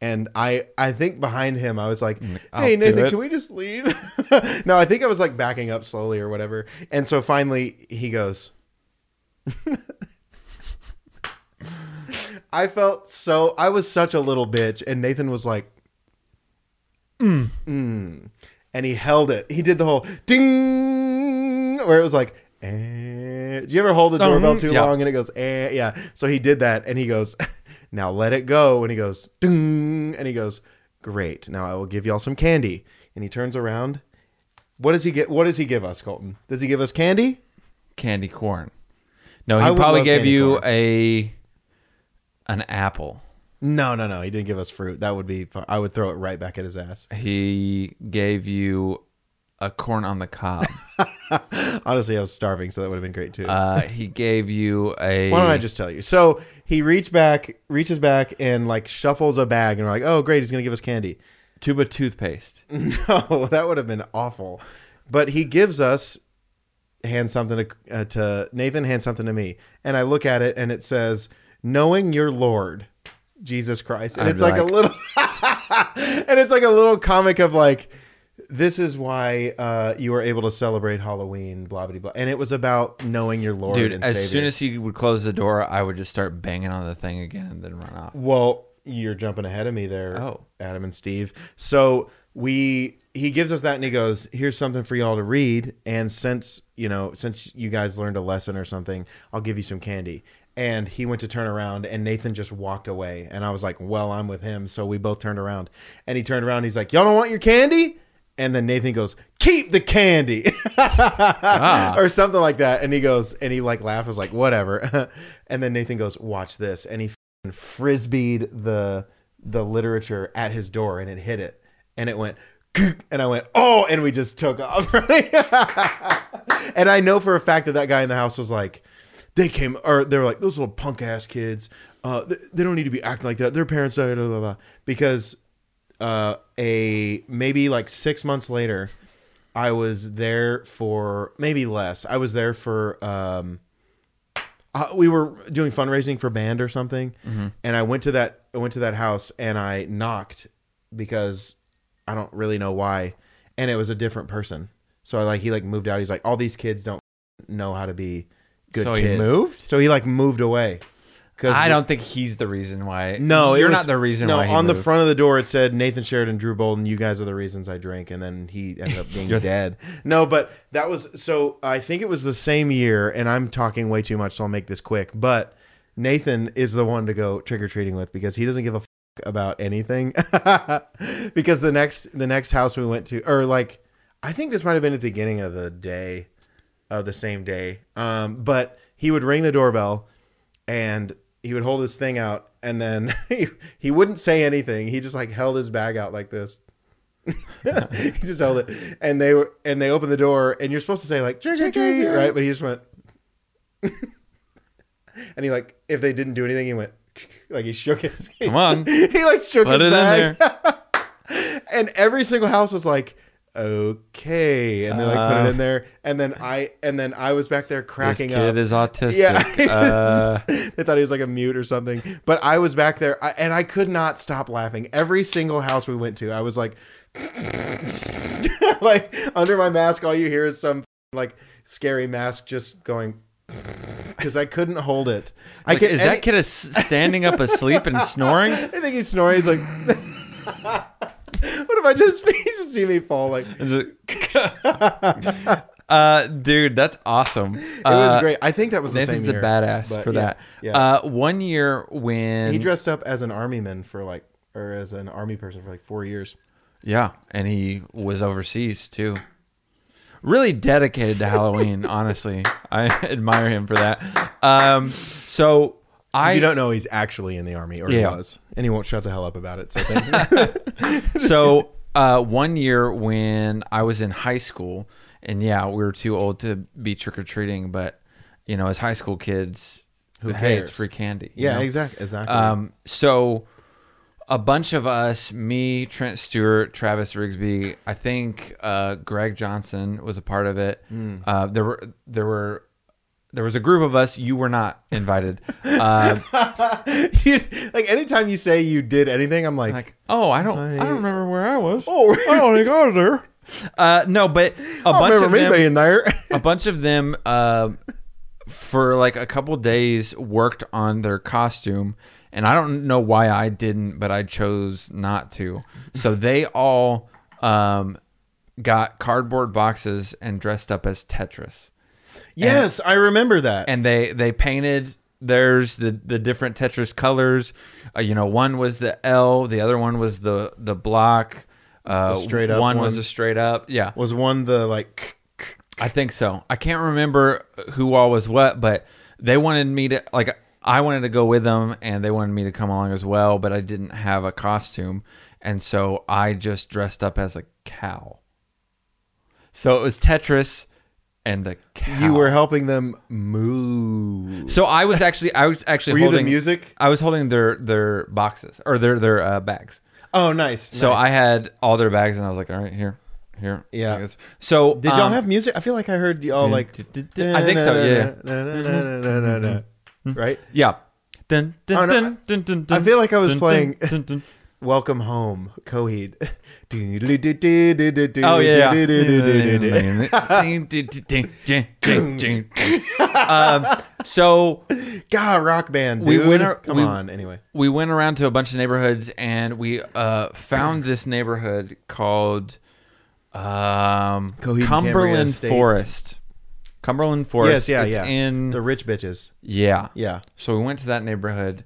Speaker 2: And I, I think behind him, I was like,
Speaker 1: I'll
Speaker 2: "Hey
Speaker 1: do
Speaker 2: Nathan,
Speaker 1: it."
Speaker 2: can we just leave?" no, I think I was like backing up slowly or whatever. And so finally, he goes, I felt so I was such a little bitch, and Nathan was like, mm. and he held it. He did the whole ding, where it was like, and eh. Do you ever hold the doorbell
Speaker 1: mhm,
Speaker 2: too
Speaker 1: yeah.
Speaker 2: long and it goes, eh, yeah. So he did that and he goes, now let it go. And he goes, ding. And he goes, great. Now I will give y'all some candy. And he turns around. What does he get? What does he give us, Colton? Does he give us candy?
Speaker 1: candy corn. No,
Speaker 2: I
Speaker 1: he
Speaker 2: would
Speaker 1: probably
Speaker 2: love
Speaker 1: gave
Speaker 2: candy
Speaker 1: you
Speaker 2: corn.
Speaker 1: a an apple.
Speaker 2: No, no, no. He didn't give us fruit. That would be. I would throw it right back at his ass.
Speaker 1: He gave you a corn on the cob.
Speaker 2: Honestly, I was starving, so that would have been great too.
Speaker 1: uh, he gave you a.
Speaker 2: Why don't I just tell you? So he reached back, reaches back, and like shuffles a bag, and we're like, "Oh, great, he's gonna give us candy."
Speaker 1: tube of toothpaste?
Speaker 2: No, that would have been awful. But he gives us hand something to, uh, to Nathan, hand something to me, and I look at it, and it says, "Knowing your Lord, Jesus Christ," and
Speaker 1: I'd
Speaker 2: it's
Speaker 1: be
Speaker 2: like, a
Speaker 1: like-
Speaker 2: little, and it's like a little comic of like, "This is why uh, you were able to celebrate Halloween," blah blah blah, and it was about knowing your Lord.
Speaker 1: Dude,
Speaker 2: and
Speaker 1: as
Speaker 2: Savior.
Speaker 1: soon as he would close the door, I would just start banging on the thing again and then run off.
Speaker 2: Well, you're jumping ahead of me there,
Speaker 1: Oh.
Speaker 2: Adam and Steve. So we he gives us that and he goes, "Here's something for y'all to read." And since you know, since you guys learned a lesson or something, I'll give you some candy. And he went to turn around, and Nathan just walked away. And I was like, "Well, I'm with him." So we both turned around, and he turned around. and he's like, "Y'all don't want your candy?" And then Nathan goes, "Keep the candy." or something like that. And he goes, and he like laughs, was like, whatever. and then Nathan goes, watch this. And he f***ing frisbeed the the literature at his door, and it hit it, and it went, "Kuk," and I went, oh, and we just took off. running. and I know for a fact that that guy in the house was like, they came, or they were like, those little punk ass kids. Uh, th- they don't need to be acting like that. Their parents, blah, blah, blah, blah. because uh, a maybe like six months later, I was there for maybe less. I was there for um, uh, we were doing fundraising for band or something, and I went to that I went to that house and I knocked because I don't really know why, and it was a different person. So I like he like moved out. He's like all these kids don't know how to be good.
Speaker 1: So he
Speaker 2: kids.
Speaker 1: moved?
Speaker 2: So he like moved away. Because
Speaker 1: I don't think he's the reason why.
Speaker 2: no, it
Speaker 1: you're
Speaker 2: was-
Speaker 1: not the reason
Speaker 2: No,
Speaker 1: why. he
Speaker 2: on the
Speaker 1: moved.
Speaker 2: front of the door it said Nathan Sheridan, Drew Bolden. You guys are the reasons I drink, and then he ended up being dead. No, but that was so. I think it was the same year, and I'm talking way too much, so I'll make this quick. But Nathan is the one to go trick or treating with because he doesn't give a f- about anything. because the next the next house we went to, or like, I think this might have been at the beginning of the day of the same day. Um, but he would ring the doorbell and he would hold his thing out and then he, he wouldn't say anything. He just like held his bag out like this. he just held it and they were and they opened the door and you're supposed to say like trick or treat, right? But he just went and he like if they didn't do anything, he went like he shook his
Speaker 1: Come on.
Speaker 2: he like shook
Speaker 1: Let
Speaker 2: his
Speaker 1: it in
Speaker 2: bag
Speaker 1: there.
Speaker 2: and every single house was like okay and they like put it in there and then i and then i was back there
Speaker 1: This
Speaker 2: cracking
Speaker 1: Uh. kid
Speaker 2: up
Speaker 1: is autistic.
Speaker 2: yeah
Speaker 1: Uh,
Speaker 2: they thought he was like a mute or something but i was back there I, and i could not stop laughing every single house we went to i was like like under my mask all you hear is some like scary mask just going because i couldn't hold it i
Speaker 1: like,
Speaker 2: could-
Speaker 1: is
Speaker 2: and
Speaker 1: that kid a s standing up asleep and snoring?
Speaker 2: i think he snoring he's like what if i just you just see me fall like
Speaker 1: uh, dude, that's awesome.
Speaker 2: It was
Speaker 1: Uh,
Speaker 2: great. I think that was the
Speaker 1: Nathan's
Speaker 2: same
Speaker 1: a
Speaker 2: year.
Speaker 1: badass
Speaker 2: but
Speaker 1: for
Speaker 2: yeah,
Speaker 1: that.
Speaker 2: Yeah.
Speaker 1: Uh, one year when
Speaker 2: he dressed up as an army man for like, or as an army person for like four years.
Speaker 1: yeah, and he was overseas too. Really dedicated to Halloween. honestly, I admire him for that. Um, so I
Speaker 2: you don't know he's actually in the army, or he
Speaker 1: Yeah.
Speaker 2: was, and he won't shut the hell up about it. So thanks.
Speaker 1: so uh, one year when I was in high school, and yeah, we were too old to be trick or treating, but you know, as high school kids, who hey,
Speaker 2: cares?
Speaker 1: it's free candy. you
Speaker 2: yeah,
Speaker 1: know?
Speaker 2: exactly, exactly.
Speaker 1: Um, so a bunch of us, me, Trent Stewart, Travis Rigsby, I think uh, Greg Johnson was a part of it.
Speaker 2: Hmm.
Speaker 1: Uh, there were there were there was a group of us. You were not invited. Uh,
Speaker 2: You- like anytime you say you did anything, I'm like,
Speaker 1: like, oh, I don't, I don't remember where I was.
Speaker 2: oh,
Speaker 1: I don't think I was there. Uh, no, but a
Speaker 2: I
Speaker 1: bunch
Speaker 2: remember
Speaker 1: of
Speaker 2: me
Speaker 1: them,
Speaker 2: being there.
Speaker 1: a bunch of them, um for like a couple days, worked on their costume, and I don't know why I didn't, but I chose not to. So they all um, got cardboard boxes and dressed up as Tetris.
Speaker 2: Yes, I remember that.
Speaker 1: and they they painted there's the the different Tetris colors. Uh, you know, one was the L, the other one was the the block. Uh,
Speaker 2: The straight up
Speaker 1: one, was
Speaker 2: one.
Speaker 1: a straight up. Yeah,
Speaker 2: was one the like
Speaker 1: I think so. I can't remember who all was what, but they wanted me to like. I wanted to go with them, and they wanted me to come along as well, but I didn't have a costume, and so I just dressed up as a cow. So it was Tetris and a cow.
Speaker 2: you were helping them move.
Speaker 1: So I was actually I was actually
Speaker 2: Were you the
Speaker 1: holding
Speaker 2: music?
Speaker 1: I was holding their their boxes or their their uh, bags.
Speaker 2: Oh, nice.
Speaker 1: So
Speaker 2: nice.
Speaker 1: I had all their bags and I was like, all right, here, here.
Speaker 2: Yeah.
Speaker 1: Yes. So
Speaker 2: did y'all
Speaker 1: um,
Speaker 2: have music? I feel like I heard
Speaker 1: oh,
Speaker 2: y'all like.
Speaker 1: I think so, yeah.
Speaker 2: yeah.
Speaker 1: Mm-hmm.
Speaker 2: Right.
Speaker 1: yeah. Dun, dun,
Speaker 2: Oh, no,
Speaker 1: dun, dun, dun,
Speaker 2: I feel like I was
Speaker 1: dun,
Speaker 2: playing-
Speaker 1: dun, dun, dun.
Speaker 2: Welcome home, Coheed.
Speaker 1: Oh
Speaker 2: oh
Speaker 1: yeah. yeah. um, so
Speaker 2: God, rock band. Dude.
Speaker 1: We went ar-
Speaker 2: Come
Speaker 1: we-
Speaker 2: on. Anyway,
Speaker 1: we went around to a bunch of neighborhoods and we uh, found this neighborhood called um,
Speaker 2: Coheed and Cambria
Speaker 1: Cumberland
Speaker 2: Estates.
Speaker 1: Forest. Cumberland
Speaker 2: yes,
Speaker 1: Forest.
Speaker 2: yeah,
Speaker 1: It's
Speaker 2: yeah.
Speaker 1: In
Speaker 2: the rich bitches.
Speaker 1: yeah,
Speaker 2: Yeah.
Speaker 1: So we went to that neighborhood.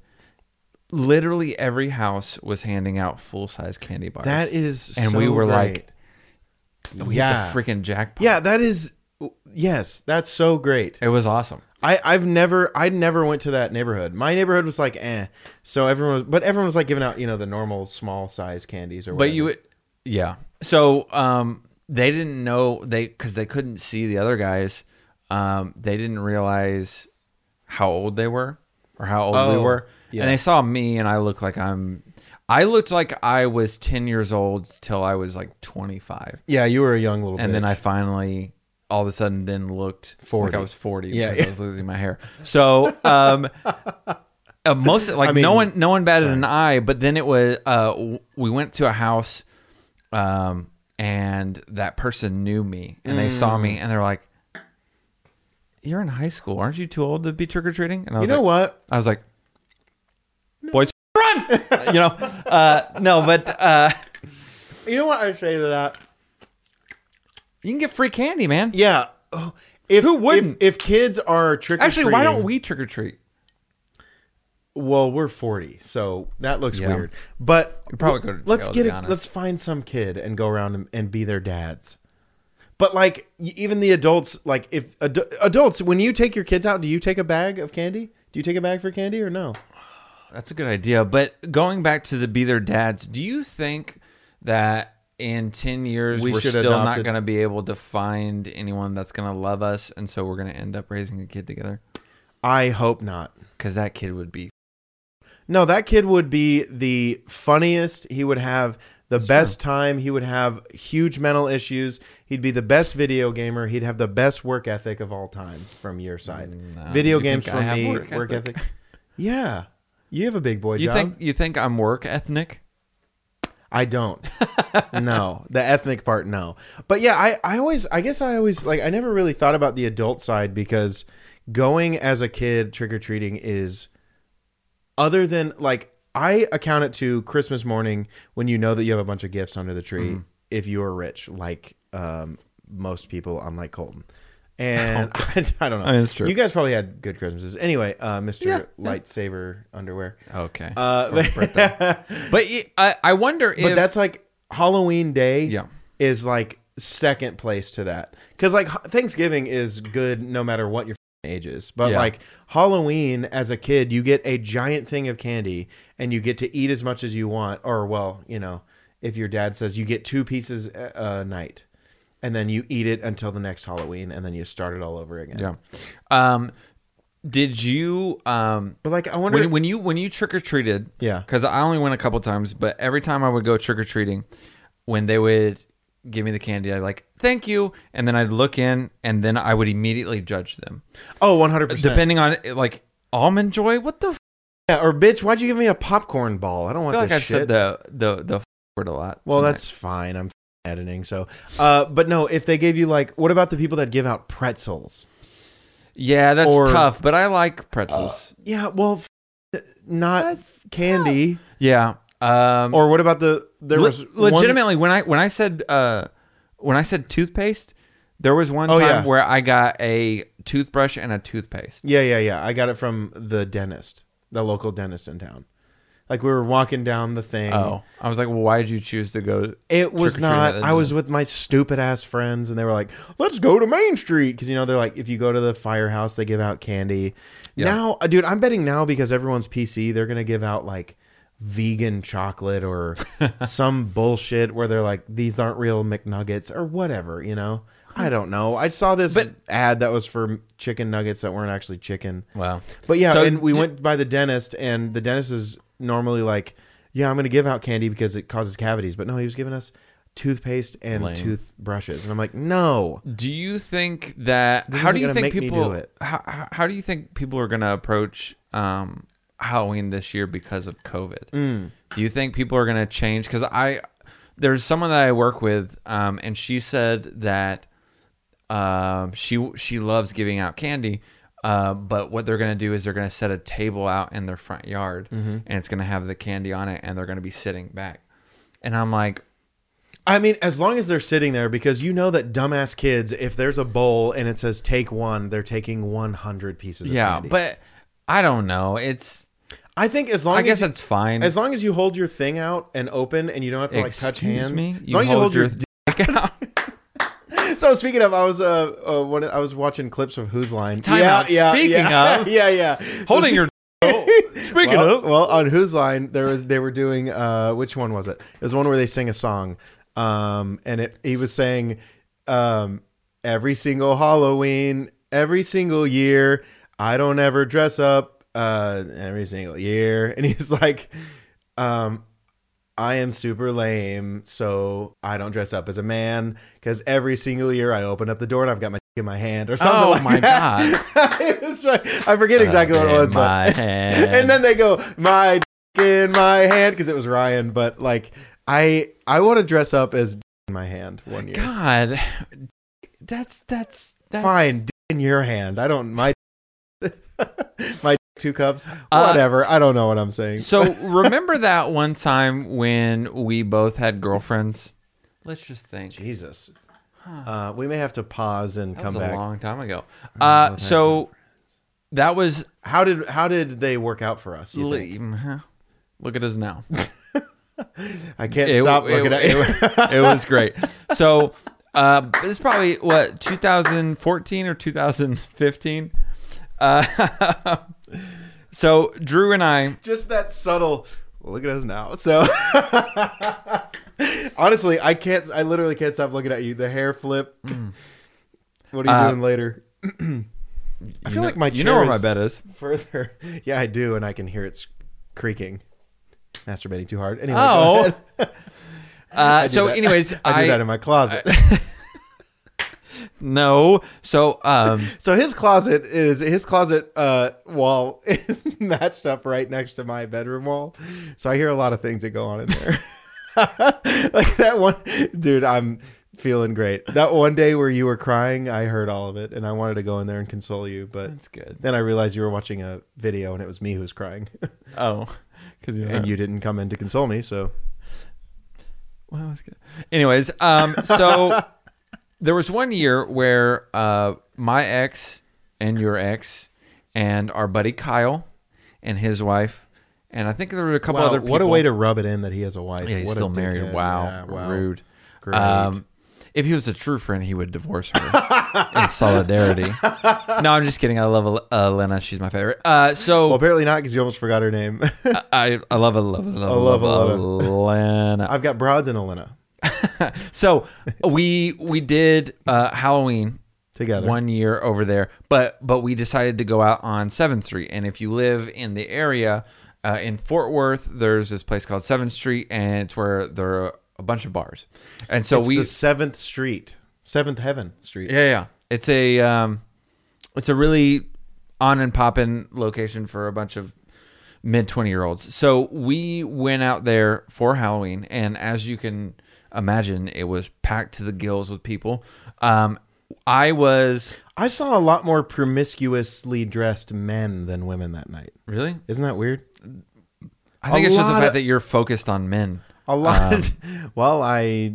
Speaker 1: Literally every house was handing out full size candy bars.
Speaker 2: That is.
Speaker 1: and
Speaker 2: so
Speaker 1: we were
Speaker 2: great.
Speaker 1: like, we
Speaker 2: yeah,
Speaker 1: hit the freaking jackpot.
Speaker 2: yeah. That is. Yes, that's so great.
Speaker 1: it was awesome.
Speaker 2: I I've never I never went to that neighborhood. My neighborhood was like eh, so everyone was but everyone was like giving out you know the normal small size candies or whatever.
Speaker 1: But you, would- yeah. So um, they didn't know they because they couldn't see the other guys. Um, they didn't realize how old they were or how old we
Speaker 2: Oh,
Speaker 1: were,
Speaker 2: yeah.
Speaker 1: and they saw me and I looked like I'm. I looked like I was ten years old till I was like twenty five,
Speaker 2: yeah you were a young little
Speaker 1: and then
Speaker 2: bitch.
Speaker 1: I finally all of a sudden then looked
Speaker 2: 40.
Speaker 1: like I was forty
Speaker 2: Yeah,
Speaker 1: because
Speaker 2: yeah.
Speaker 1: I was losing my hair. So um, uh, most like
Speaker 2: I mean,
Speaker 1: no one no one batted an eye but then it was uh w- we went to a house um and that person knew me and they saw
Speaker 2: Mm.
Speaker 1: me and they're like you're in high school aren't you too old to be trick-or-treating and i
Speaker 2: you
Speaker 1: was
Speaker 2: know
Speaker 1: like
Speaker 2: what
Speaker 1: i was like boys run you know uh no but uh
Speaker 2: you know what I say to that
Speaker 1: you can get free candy man
Speaker 2: yeah oh, if
Speaker 1: Who wouldn't?
Speaker 2: if, if kids are trick
Speaker 1: actually why don't we trick-or-treat
Speaker 2: well we're forty so that looks
Speaker 1: Yeah.
Speaker 2: weird but
Speaker 1: You'd probably go to
Speaker 2: let's
Speaker 1: jail, to
Speaker 2: get
Speaker 1: be
Speaker 2: a,
Speaker 1: honest.
Speaker 2: let's find some kid and go around and, and be their dads. But like y- even the adults like if ad, adults when you take your kids out do you take a bag of candy? Do you take a bag for candy or no?
Speaker 1: That's a good idea. But going back to the be their dads, do you think that in 10 years
Speaker 2: We
Speaker 1: we are
Speaker 2: should
Speaker 1: still not
Speaker 2: adopt a-
Speaker 1: going to be able to find anyone that's going to love us and so we're going to end up raising a kid together?
Speaker 2: I hope not.
Speaker 1: Cuz that kid would be
Speaker 2: No, that kid would be the funniest. He would have the best time. He would have huge mental issues. He'd be the best video gamer. He'd have the best work ethic of all time from your side.
Speaker 1: No,
Speaker 2: video
Speaker 1: Mm, you
Speaker 2: games
Speaker 1: think I
Speaker 2: from
Speaker 1: have
Speaker 2: me. Work,
Speaker 1: work
Speaker 2: ethic.
Speaker 1: ethic?
Speaker 2: Yeah, you have a big boy
Speaker 1: You
Speaker 2: job.
Speaker 1: think you think I'm work ethnic?
Speaker 2: I don't. no, the ethnic part, no. But yeah, I, I always, I guess I always, like, I never really thought about the adult side because going as a kid trick or treating is, other than, like, I account it to Christmas morning when you know that you have a bunch of gifts under the tree
Speaker 1: Mm-hmm.
Speaker 2: if you are rich, like um, most people, unlike Colton. And I, don't know.
Speaker 1: I mean, it's true.
Speaker 2: You guys probably had good Christmases. Anyway, uh, Mr.
Speaker 1: Yeah, yeah. Oh,
Speaker 2: Lightsaber Underwear.
Speaker 1: Okay.
Speaker 2: Uh,
Speaker 1: but y- I I wonder if
Speaker 2: but that's like Halloween Day.
Speaker 1: Yeah.
Speaker 2: is like second place to that because like h- Thanksgiving is good no matter what your f***ing age is, but
Speaker 1: Yeah.
Speaker 2: like Halloween as a kid, you get a giant thing of candy and you get to eat as much as you want, or well, you know, if your dad says you get two pieces a, a night. And then you eat it until the next Halloween, and then you start it all over again.
Speaker 1: yeah. Um did you um
Speaker 2: But like, I wonder.
Speaker 1: when, when you when you trick or treated,
Speaker 2: Yeah.
Speaker 1: because I only went a couple times, but every time I would go trick or treating, when they would give me the candy, I'd like thank you, and then I'd look in, and then I would immediately judge them,
Speaker 2: oh, one hundred percent.
Speaker 1: depending on like almond joy. What the? F-?
Speaker 2: Yeah. Or bitch, why'd you give me a popcorn ball? I don't
Speaker 1: I
Speaker 2: want
Speaker 1: feel like
Speaker 2: this
Speaker 1: I've
Speaker 2: shit.
Speaker 1: said the the the f- word a lot.
Speaker 2: Well,
Speaker 1: tonight.
Speaker 2: that's fine. I'm f***ing editing. So, uh, but no, if they gave you like, what about the people that give out pretzels?
Speaker 1: yeah, that's
Speaker 2: or- Uh,
Speaker 1: tough, but I like pretzels.
Speaker 2: Yeah, well, f- not
Speaker 1: That's-
Speaker 2: candy.
Speaker 1: yeah, um,
Speaker 2: Or what about the there
Speaker 1: Le-
Speaker 2: was one-
Speaker 1: legitimately when I when I said uh, when I said toothpaste, There was one
Speaker 2: Oh,
Speaker 1: time
Speaker 2: yeah.
Speaker 1: where I got a toothbrush and a toothpaste.
Speaker 2: Yeah, yeah, yeah. I got it from the dentist, the local dentist in town. Like we were walking down the thing.
Speaker 1: Oh, I was like, well, why did you choose to go?
Speaker 2: It was
Speaker 1: trick-or-treating
Speaker 2: not.
Speaker 1: at the
Speaker 2: I was with my stupid ass friends, and they were like, "Let's go to Main Street," because you know they're like, if you go to the firehouse, they give out candy. Now, uh, dude, I'm betting now because everyone's PC, they're gonna give out like vegan chocolate or some bullshit where they're like, "These aren't real McNuggets" or whatever. You know, I don't know. I saw this ad that was for chicken nuggets that weren't actually chicken.
Speaker 1: Wow.
Speaker 2: But yeah,
Speaker 1: So
Speaker 2: and we
Speaker 1: d-
Speaker 2: went by the dentist, and the dentist is normally like, "Yeah, I'm going to give out candy because it causes cavities," but no, he was giving us toothpaste and
Speaker 1: Lame.
Speaker 2: toothbrushes, and I'm like, "No,
Speaker 1: Do you think that?
Speaker 2: This
Speaker 1: how do
Speaker 2: isn't
Speaker 1: you
Speaker 2: gonna
Speaker 1: think
Speaker 2: make me
Speaker 1: people?
Speaker 2: do it.
Speaker 1: How, how- how do you think people are going to approach um, Halloween this year because of COVID?
Speaker 2: Mm.
Speaker 1: Do you think people are going to change? Because I there's someone that I work with, um, and she said that um, she she loves giving out candy. Uh, but what they're gonna do is they're gonna set a table out in their front yard,
Speaker 2: Mm-hmm.
Speaker 1: and it's gonna have the candy on it, and they're gonna be sitting back. And I'm like,
Speaker 2: I mean, as long as they're sitting there, because you know that dumbass kids, if there's a bowl and it says take one, they're taking 100 pieces.
Speaker 1: yeah,
Speaker 2: of candy.
Speaker 1: but I don't know. It's
Speaker 2: I think as long
Speaker 1: I
Speaker 2: as
Speaker 1: guess
Speaker 2: you-
Speaker 1: that's fine.
Speaker 2: as long as you hold your thing out and open, and you don't have to like touch
Speaker 1: Excuse
Speaker 2: hands.
Speaker 1: me?
Speaker 2: As long as you hold your
Speaker 1: dick out.
Speaker 2: So speaking of, I was uh, uh when I was watching clips of Who's Line.
Speaker 1: Time out. Speaking
Speaker 2: yeah,
Speaker 1: of.
Speaker 2: yeah, yeah. So
Speaker 1: Holding
Speaker 2: see-
Speaker 1: your. Speaking
Speaker 2: well,
Speaker 1: of,
Speaker 2: well, on Who's Line there was they were doing uh which one was it? It was one where they sing a song, um, and it he was saying, um, every single Halloween, every single year, I don't ever dress up, uh, every single year, and he's like, um. I am super lame, so I don't dress up as a man because every single year I open up the door and I've got my in my hand or something.
Speaker 1: oh
Speaker 2: like
Speaker 1: my
Speaker 2: that.
Speaker 1: god! Oh,
Speaker 2: It was like- I forget exactly what it was, but
Speaker 1: My hand.
Speaker 2: and then they go my dick in my hand because it was Ryan. But like, I I want to dress up as dick in my hand one year.
Speaker 1: God, that's that's that's
Speaker 2: Fine, dick in your hand. I don't my my dick two cups.
Speaker 1: Uh,
Speaker 2: Whatever. I don't know what I'm saying.
Speaker 1: So remember that one time when we both had girlfriends? Let's just think.
Speaker 2: Jesus, uh, we may have to pause and
Speaker 1: that
Speaker 2: come
Speaker 1: was a
Speaker 2: back.
Speaker 1: long time ago.
Speaker 2: both
Speaker 1: Uh,
Speaker 2: had
Speaker 1: so that was hmm,
Speaker 2: how did how did they work out for us? you think?
Speaker 1: look at us now.
Speaker 2: I can't
Speaker 1: It-
Speaker 2: stop
Speaker 1: it-
Speaker 2: looking at you.
Speaker 1: it was great. So uh, it's probably what 2014 or 2015. Uh, so Drew and I,
Speaker 2: just that subtle well, look at us now so honestly i can't i literally can't stop looking at you the hair flip what are you
Speaker 1: Uh,
Speaker 2: doing later i
Speaker 1: you
Speaker 2: feel
Speaker 1: know-
Speaker 2: like my chair
Speaker 1: you know where my
Speaker 2: is
Speaker 1: bed is.
Speaker 2: further yeah i do and i can hear it s- creaking masturbating too hard anyway go
Speaker 1: Oh.
Speaker 2: ahead.
Speaker 1: Uh, so,
Speaker 2: that.
Speaker 1: anyways,
Speaker 2: i do that in my closet
Speaker 1: no. So, um,
Speaker 2: so his closet is his closet uh wall is matched up right next to my bedroom wall so i hear a lot of things that go on in there like that one dude i'm feeling great that one day where you were crying i heard all of it and i wanted to go in there and console you but
Speaker 1: that's good.
Speaker 2: then i realized you were watching a video and it was me who was crying
Speaker 1: Oh, because you
Speaker 2: and you didn't come in to console me so
Speaker 1: Well, that was good. Anyways, um, so there was one year where uh, my ex and your ex and our buddy Kyle and his wife, and I think there were a couple
Speaker 2: Wow,
Speaker 1: other people.
Speaker 2: what a way to rub it in that he has a wife
Speaker 1: Yeah, he's
Speaker 2: What a
Speaker 1: still married.
Speaker 2: dickhead.
Speaker 1: Wow,
Speaker 2: Yeah,
Speaker 1: rude. Um,
Speaker 2: Great.
Speaker 1: if he was a true friend, he would divorce her in solidarity. No, I'm just kidding. I love uh, Lena. She's my favorite. Uh, so
Speaker 2: well apparently not because you almost forgot her name
Speaker 1: I, I love, I love, I love, I
Speaker 2: love
Speaker 1: love, Lena.
Speaker 2: i've got broads and elena
Speaker 1: So we we did uh, Halloween
Speaker 2: Together.
Speaker 1: one year over there, but but we decided to go out on Seventh Street. And if you live in the area uh, in Fort Worth, there's this place called Seventh Street, and it's where there are a bunch of bars. And so
Speaker 2: It's
Speaker 1: we
Speaker 2: the Seventh Street, Seventh Heaven Street.
Speaker 1: yeah yeah it's a um it's a really on and poppin location for a bunch of mid 20 year olds. So we went out there for Halloween, and as you can imagine, it was packed to the gills with people. Um, I was
Speaker 2: I saw a lot more promiscuously dressed men than women that night.
Speaker 1: really.
Speaker 2: Isn't that weird?
Speaker 1: I think
Speaker 2: A
Speaker 1: it's just the
Speaker 2: lot
Speaker 1: fact
Speaker 2: of-
Speaker 1: that you're focused on men.
Speaker 2: A lot. well, I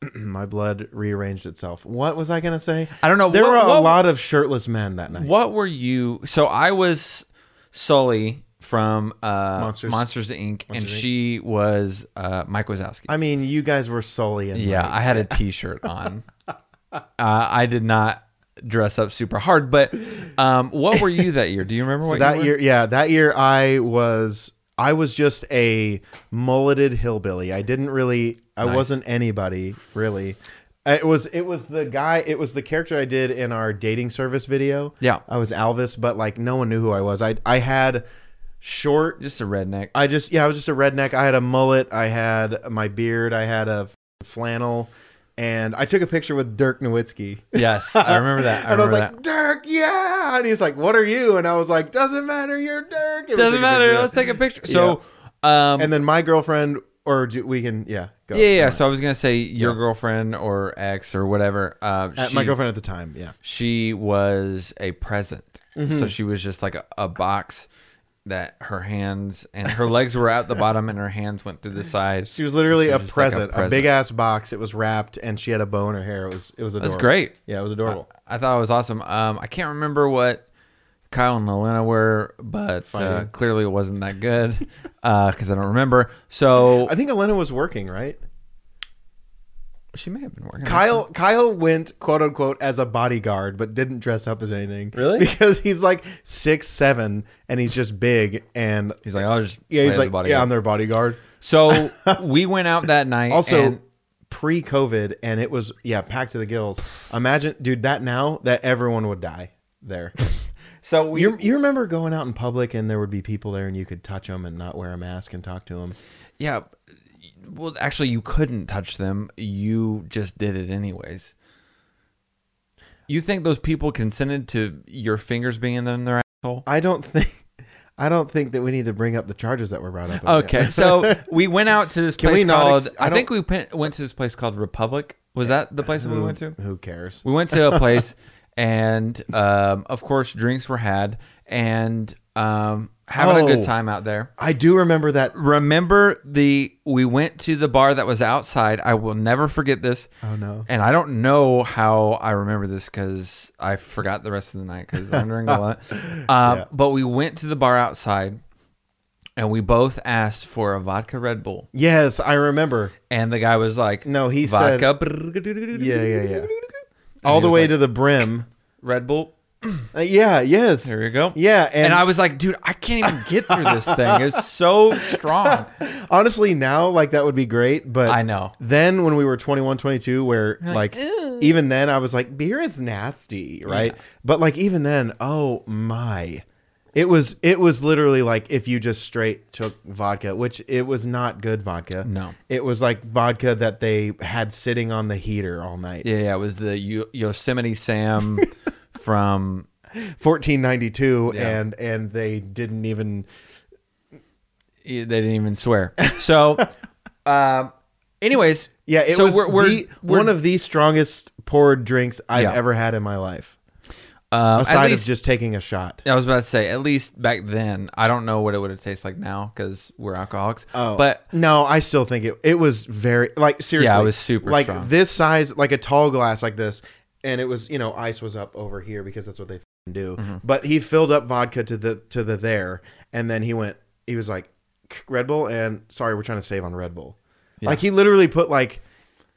Speaker 2: my blood rearranged itself. What was I going to say?
Speaker 1: I don't know.
Speaker 2: There
Speaker 1: What-
Speaker 2: were a
Speaker 1: what-
Speaker 2: lot of shirtless men that night.
Speaker 1: What were you? So I was Sully from uh, Monsters,
Speaker 2: Monsters.
Speaker 1: Inc. and she was uh, Mike Wazowski.
Speaker 2: I mean, you guys were Sully and
Speaker 1: yeah,
Speaker 2: Mike.
Speaker 1: I had a T-shirt on. uh, I did not dress up super hard, but um, what were you that year? Do you remember
Speaker 2: So
Speaker 1: what you
Speaker 2: that
Speaker 1: were?
Speaker 2: year, yeah, that year I was I was just a mulleted hillbilly. I didn't really I wasn't anybody really. Uh, It was it was the guy it was the character I did in our dating service video.
Speaker 1: Yeah.
Speaker 2: I was Alvis, but like no one knew who I was. I I had short
Speaker 1: Just a redneck.
Speaker 2: I just yeah, I was just a redneck. I had a mullet, I had my beard, I had a flannel, and I took a picture with Dirk Nowitzki
Speaker 1: yes, I remember that. I
Speaker 2: and I was
Speaker 1: remember
Speaker 2: like,
Speaker 1: that.
Speaker 2: Dirk, yeah. And he's like, What are you? And I was like, Doesn't matter, you're Dirk. And we took
Speaker 1: Doesn't
Speaker 2: a
Speaker 1: matter.
Speaker 2: picture.
Speaker 1: Let's take a picture. So, um,
Speaker 2: And then my girlfriend, or do, we can, yeah, go.
Speaker 1: yeah, yeah. So I was gonna say your girlfriend or ex or whatever. Uh,
Speaker 2: Uh,
Speaker 1: she,
Speaker 2: my girlfriend at the time, yeah.
Speaker 1: she was a present.
Speaker 2: Mm-hmm.
Speaker 1: So she was just like a, a box that her hands and her legs were out the bottom and her hands went through the side.
Speaker 2: She was literally a,
Speaker 1: just like a
Speaker 2: present, a
Speaker 1: present.
Speaker 2: big ass box. It was wrapped, and she had a bow in her hair. It was, it was adorable.
Speaker 1: great. Uh,
Speaker 2: Yeah, it was adorable.
Speaker 1: I thought it was awesome. Um, I can't remember what Kyle and Lelena were, but uh,
Speaker 2: Fighting.
Speaker 1: clearly it wasn't that good because I don't remember. So
Speaker 2: I think Elena was working, right?
Speaker 1: she may have been working.
Speaker 2: Kyle Kyle went quote unquote as a bodyguard, but didn't dress up as anything.
Speaker 1: Really?
Speaker 2: Because he's like six seven, and he's just big, and
Speaker 1: He's like, I'll just
Speaker 2: yeah,
Speaker 1: play
Speaker 2: he's
Speaker 1: as a
Speaker 2: like,
Speaker 1: bodyguard.
Speaker 2: yeah, I'm their bodyguard.
Speaker 1: So we went out that night.
Speaker 2: Also,
Speaker 1: and-
Speaker 2: pre-COVID, and it was yeah, packed to the gills. Imagine, dude, that now that everyone would die there.
Speaker 1: so we
Speaker 2: you you remember going out in public and there would be people there and you could touch them and not wear a mask and talk to them.
Speaker 1: Yeah. Well, actually, you couldn't touch them. You just did it anyways. You think those people consented to your fingers being in their asshole?
Speaker 2: I don't think I don't think that we need to bring up the charges that were brought up.
Speaker 1: Okay, so we went out to this
Speaker 2: Can
Speaker 1: place
Speaker 2: we not
Speaker 1: called.
Speaker 2: ex- I
Speaker 1: I think we pe- went to this place called Republic. Was that the place that we went to?
Speaker 2: who cares?
Speaker 1: We went to a place, and um, of course, drinks were had, and um, having a good
Speaker 2: Oh.
Speaker 1: time out there.
Speaker 2: I do remember that.
Speaker 1: remember the we went to the bar that was outside. I will never forget this.
Speaker 2: Oh, no.
Speaker 1: And I don't know how I remember this because I forgot the rest of the night because I'm wondering a lot. Um, But we went to the bar outside, and we both asked for a vodka Red Bull,
Speaker 2: Yes, I remember.
Speaker 1: and the guy was like,
Speaker 2: No, he said
Speaker 1: vodka,
Speaker 2: yeah, yeah, yeah, all
Speaker 1: he
Speaker 2: the
Speaker 1: was
Speaker 2: way
Speaker 1: like-
Speaker 2: to the brim.
Speaker 1: Red Bull."
Speaker 2: Uh, yeah, yes,
Speaker 1: There you go.
Speaker 2: yeah,
Speaker 1: And,
Speaker 2: and,
Speaker 1: I was like, dude, I can't even get through this thing. It's so strong.
Speaker 2: honestly now like that would be great, but
Speaker 1: I know.
Speaker 2: then when we were 21 22 where like, even then i was like beer is nasty right but like even then oh my it was it was literally like if you just straight took vodka which it was not good vodka
Speaker 1: No.
Speaker 2: it was like vodka that they had sitting on the heater all night
Speaker 1: Yeah, yeah, it was the Yo- Yosemite Sam from
Speaker 2: 1492
Speaker 1: Yeah.
Speaker 2: and and they didn't even
Speaker 1: eh, they didn't even swear. So, um, anyways,
Speaker 2: yeah it
Speaker 1: so
Speaker 2: was
Speaker 1: we're, we're,
Speaker 2: the-
Speaker 1: we're-
Speaker 2: one of the strongest poured drinks i've
Speaker 1: Yeah.
Speaker 2: ever had in my life
Speaker 1: uh, at
Speaker 2: aside
Speaker 1: least- Oh.
Speaker 2: of just taking a shot
Speaker 1: I was about to say at least back then. I don't know what it would have tasted like now because we're alcoholics.
Speaker 2: Oh,
Speaker 1: but
Speaker 2: no, I still think it. It was very like seriously.
Speaker 1: Yeah, it was super
Speaker 2: like
Speaker 1: strong.
Speaker 2: this size, like a tall glass, like this, and it was you know ice was up over here because that's what they fing do.
Speaker 1: Mm-hmm.
Speaker 2: But he filled up vodka to the to the there, and then he went. He was like Red Bull, and sorry, we're trying to save on Red Bull. Like he literally put like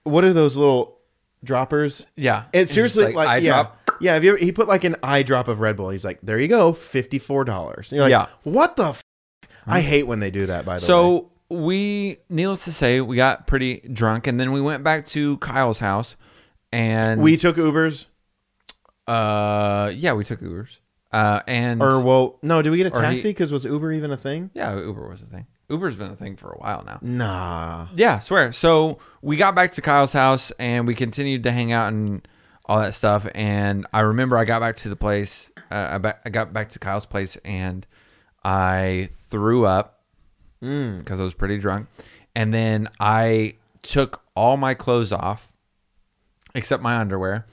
Speaker 2: what are those little droppers?
Speaker 1: yeah,
Speaker 2: It seriously like,
Speaker 1: I
Speaker 2: yeah.
Speaker 1: drop-
Speaker 2: Yeah, have you ever, he put like an eye drop of Red Bull. He's like, "There you go, fifty four dollars." You're like,
Speaker 1: Yeah.
Speaker 2: "What the?" F-? I hate when they do that. By the way,
Speaker 1: So we, needless to say, we got pretty drunk, and then we went back to Kyle's house, and
Speaker 2: We took Ubers,
Speaker 1: uh, yeah, we took Ubers, uh, and
Speaker 2: or well, no, did we get a
Speaker 1: Or he-
Speaker 2: taxi? Because was Uber even a thing?
Speaker 1: yeah, Uber was a thing. Uber's been a thing for a while now.
Speaker 2: Nah.
Speaker 1: Yeah, swear. So we got back to Kyle's house and we continued to hang out and all that stuff. And I remember I got back to the place. Uh, I, ba- I got back to Kyle's place and I threw up
Speaker 2: Mm.
Speaker 1: because I was pretty drunk. And then I took all my clothes off except my underwear.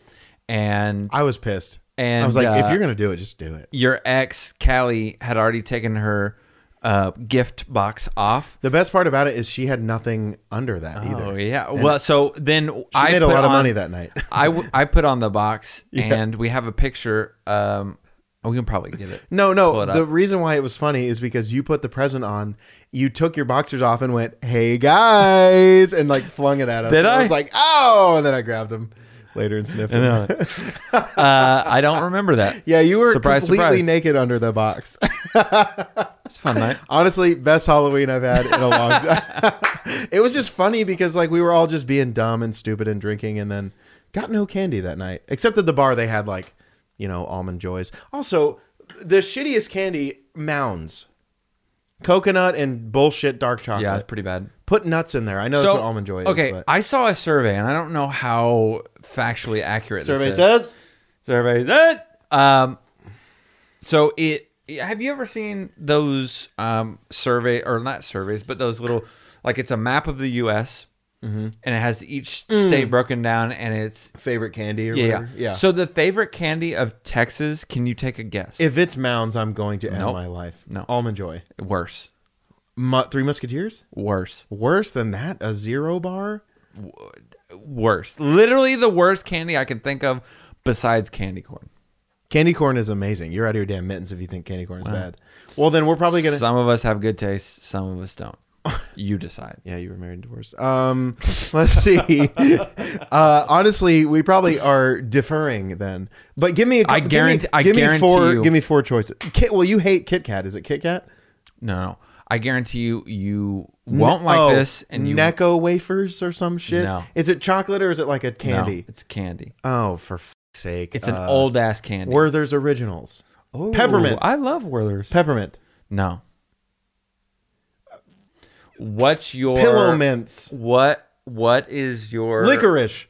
Speaker 1: And
Speaker 2: I was pissed.
Speaker 1: And,
Speaker 2: I was like,
Speaker 1: uh,
Speaker 2: if you're gonna do it, just do it.
Speaker 1: your ex Callie had already taken her uh, gift box off.
Speaker 2: The best part about it is she had nothing under that
Speaker 1: Oh
Speaker 2: either.
Speaker 1: yeah. well, so then
Speaker 2: She
Speaker 1: I
Speaker 2: made a
Speaker 1: put
Speaker 2: lot of
Speaker 1: on-
Speaker 2: money that night.
Speaker 1: I, w- I put on the box and we have a picture. Um, we can probably get it.
Speaker 2: No,
Speaker 1: Pull
Speaker 2: no.
Speaker 1: it
Speaker 2: The reason why it was funny is because you put the present on, you took your boxers off and went, "Hey guys," and like flung it at us.
Speaker 1: Did
Speaker 2: And
Speaker 1: I?
Speaker 2: was like, "Oh!" And then I grabbed him later and sniffed him.
Speaker 1: No. uh, I don't remember that.
Speaker 2: Yeah, you were
Speaker 1: Surprise,
Speaker 2: completely
Speaker 1: surprise.
Speaker 2: naked under the box.
Speaker 1: It's a fun night.
Speaker 2: Honestly, best Halloween I've had in a long time. it was just funny because like we were all just being dumb and stupid and drinking, and then got no candy that night. Except at the bar, they had like you know almond joys. Also, the shittiest candy mounds, coconut and bullshit dark chocolate.
Speaker 1: Yeah, it's pretty bad.
Speaker 2: Put nuts in there. I know that's what almond joy is.
Speaker 1: Okay,
Speaker 2: but-
Speaker 1: I saw a survey and I don't know how factually accurate
Speaker 2: survey
Speaker 1: this is.
Speaker 2: says
Speaker 1: Survey that. Um, so it. Have you ever seen those um, survey or not surveys, but those little like it's a map of the U.S.
Speaker 2: Mm-hmm.
Speaker 1: and it has each state broken down and it's
Speaker 2: favorite candy. Or
Speaker 1: yeah,
Speaker 2: whatever. Mm. yeah.
Speaker 1: So the favorite candy of Texas, can you take a guess?
Speaker 2: if it's mounds, I'm going to end
Speaker 1: Nope.
Speaker 2: my life.
Speaker 1: No.
Speaker 2: almond joy.
Speaker 1: worse,
Speaker 2: Mu- Three Musketeers.
Speaker 1: worse,
Speaker 2: Worse than that, a zero bar.
Speaker 1: worse. Literally the worst candy I can think of besides candy corn.
Speaker 2: Candy corn is amazing. You're out of your damn mittens if you think candy corn is bad. Well, then we're probably gonna.
Speaker 1: Some of us have good taste, some of us don't. You decide.
Speaker 2: yeah, you were married and divorced. Um, let's see. uh, honestly, we probably are deferring then. But give me. A,
Speaker 1: I
Speaker 2: give
Speaker 1: guarantee-
Speaker 2: Me,
Speaker 1: I
Speaker 2: give
Speaker 1: guarantee
Speaker 2: Me four,
Speaker 1: you-
Speaker 2: Give me four choices. Kit. Well, you hate Kit Kat. Is it Kit Kat?
Speaker 1: No, no. I guarantee you, you won't like
Speaker 2: Oh,
Speaker 1: this, and you
Speaker 2: Necco wafers or some shit.
Speaker 1: No.
Speaker 2: Is it chocolate or is it like a
Speaker 1: No,
Speaker 2: candy?
Speaker 1: it's candy.
Speaker 2: Oh, for f- sake!
Speaker 1: It's an
Speaker 2: Uh,
Speaker 1: old ass candy.
Speaker 2: Werther's originals.
Speaker 1: Ooh,
Speaker 2: peppermint.
Speaker 1: I love Werther's.
Speaker 2: Peppermint.
Speaker 1: no. What's your
Speaker 2: Pillow mints.
Speaker 1: What What is your
Speaker 2: Licorice.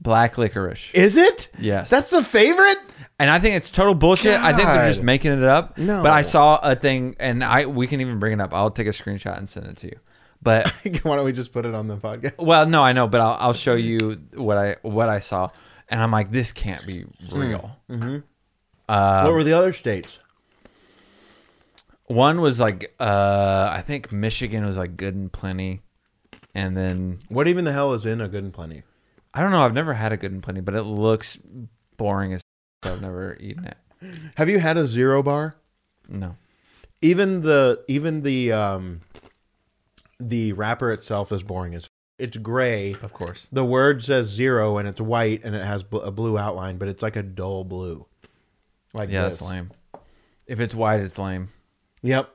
Speaker 1: Black licorice.
Speaker 2: Is it?
Speaker 1: Yes.
Speaker 2: That's the favorite.
Speaker 1: and I think it's total bullshit. I think they're
Speaker 2: God.
Speaker 1: just making it up.
Speaker 2: No.
Speaker 1: But I saw a thing, and I we can even bring it up. I'll take a screenshot and send it to you. But
Speaker 2: Why don't we just put it on the podcast?
Speaker 1: Well, no, I know, but I'll, I'll show you what I what I saw, and I'm like, this can't be real.
Speaker 2: Hmm. Mm-hmm.
Speaker 1: Uh,
Speaker 2: what were the other states?
Speaker 1: One was like, uh, I think Michigan was like good and plenty, and then
Speaker 2: What even the hell is in a good and plenty?
Speaker 1: I don't know. I've never had a good and plenty, but it looks boring as. so I've never eaten it.
Speaker 2: Have you had a zero bar?
Speaker 1: No,
Speaker 2: Even the even the um the wrapper itself is boring as it's gray.
Speaker 1: of course.
Speaker 2: The word says zero and it's white and it has bl- a blue outline, but it's like a dull blue. Like
Speaker 1: Yeah,
Speaker 2: this.
Speaker 1: that's lame. If it's white, it's lame.
Speaker 2: Yep.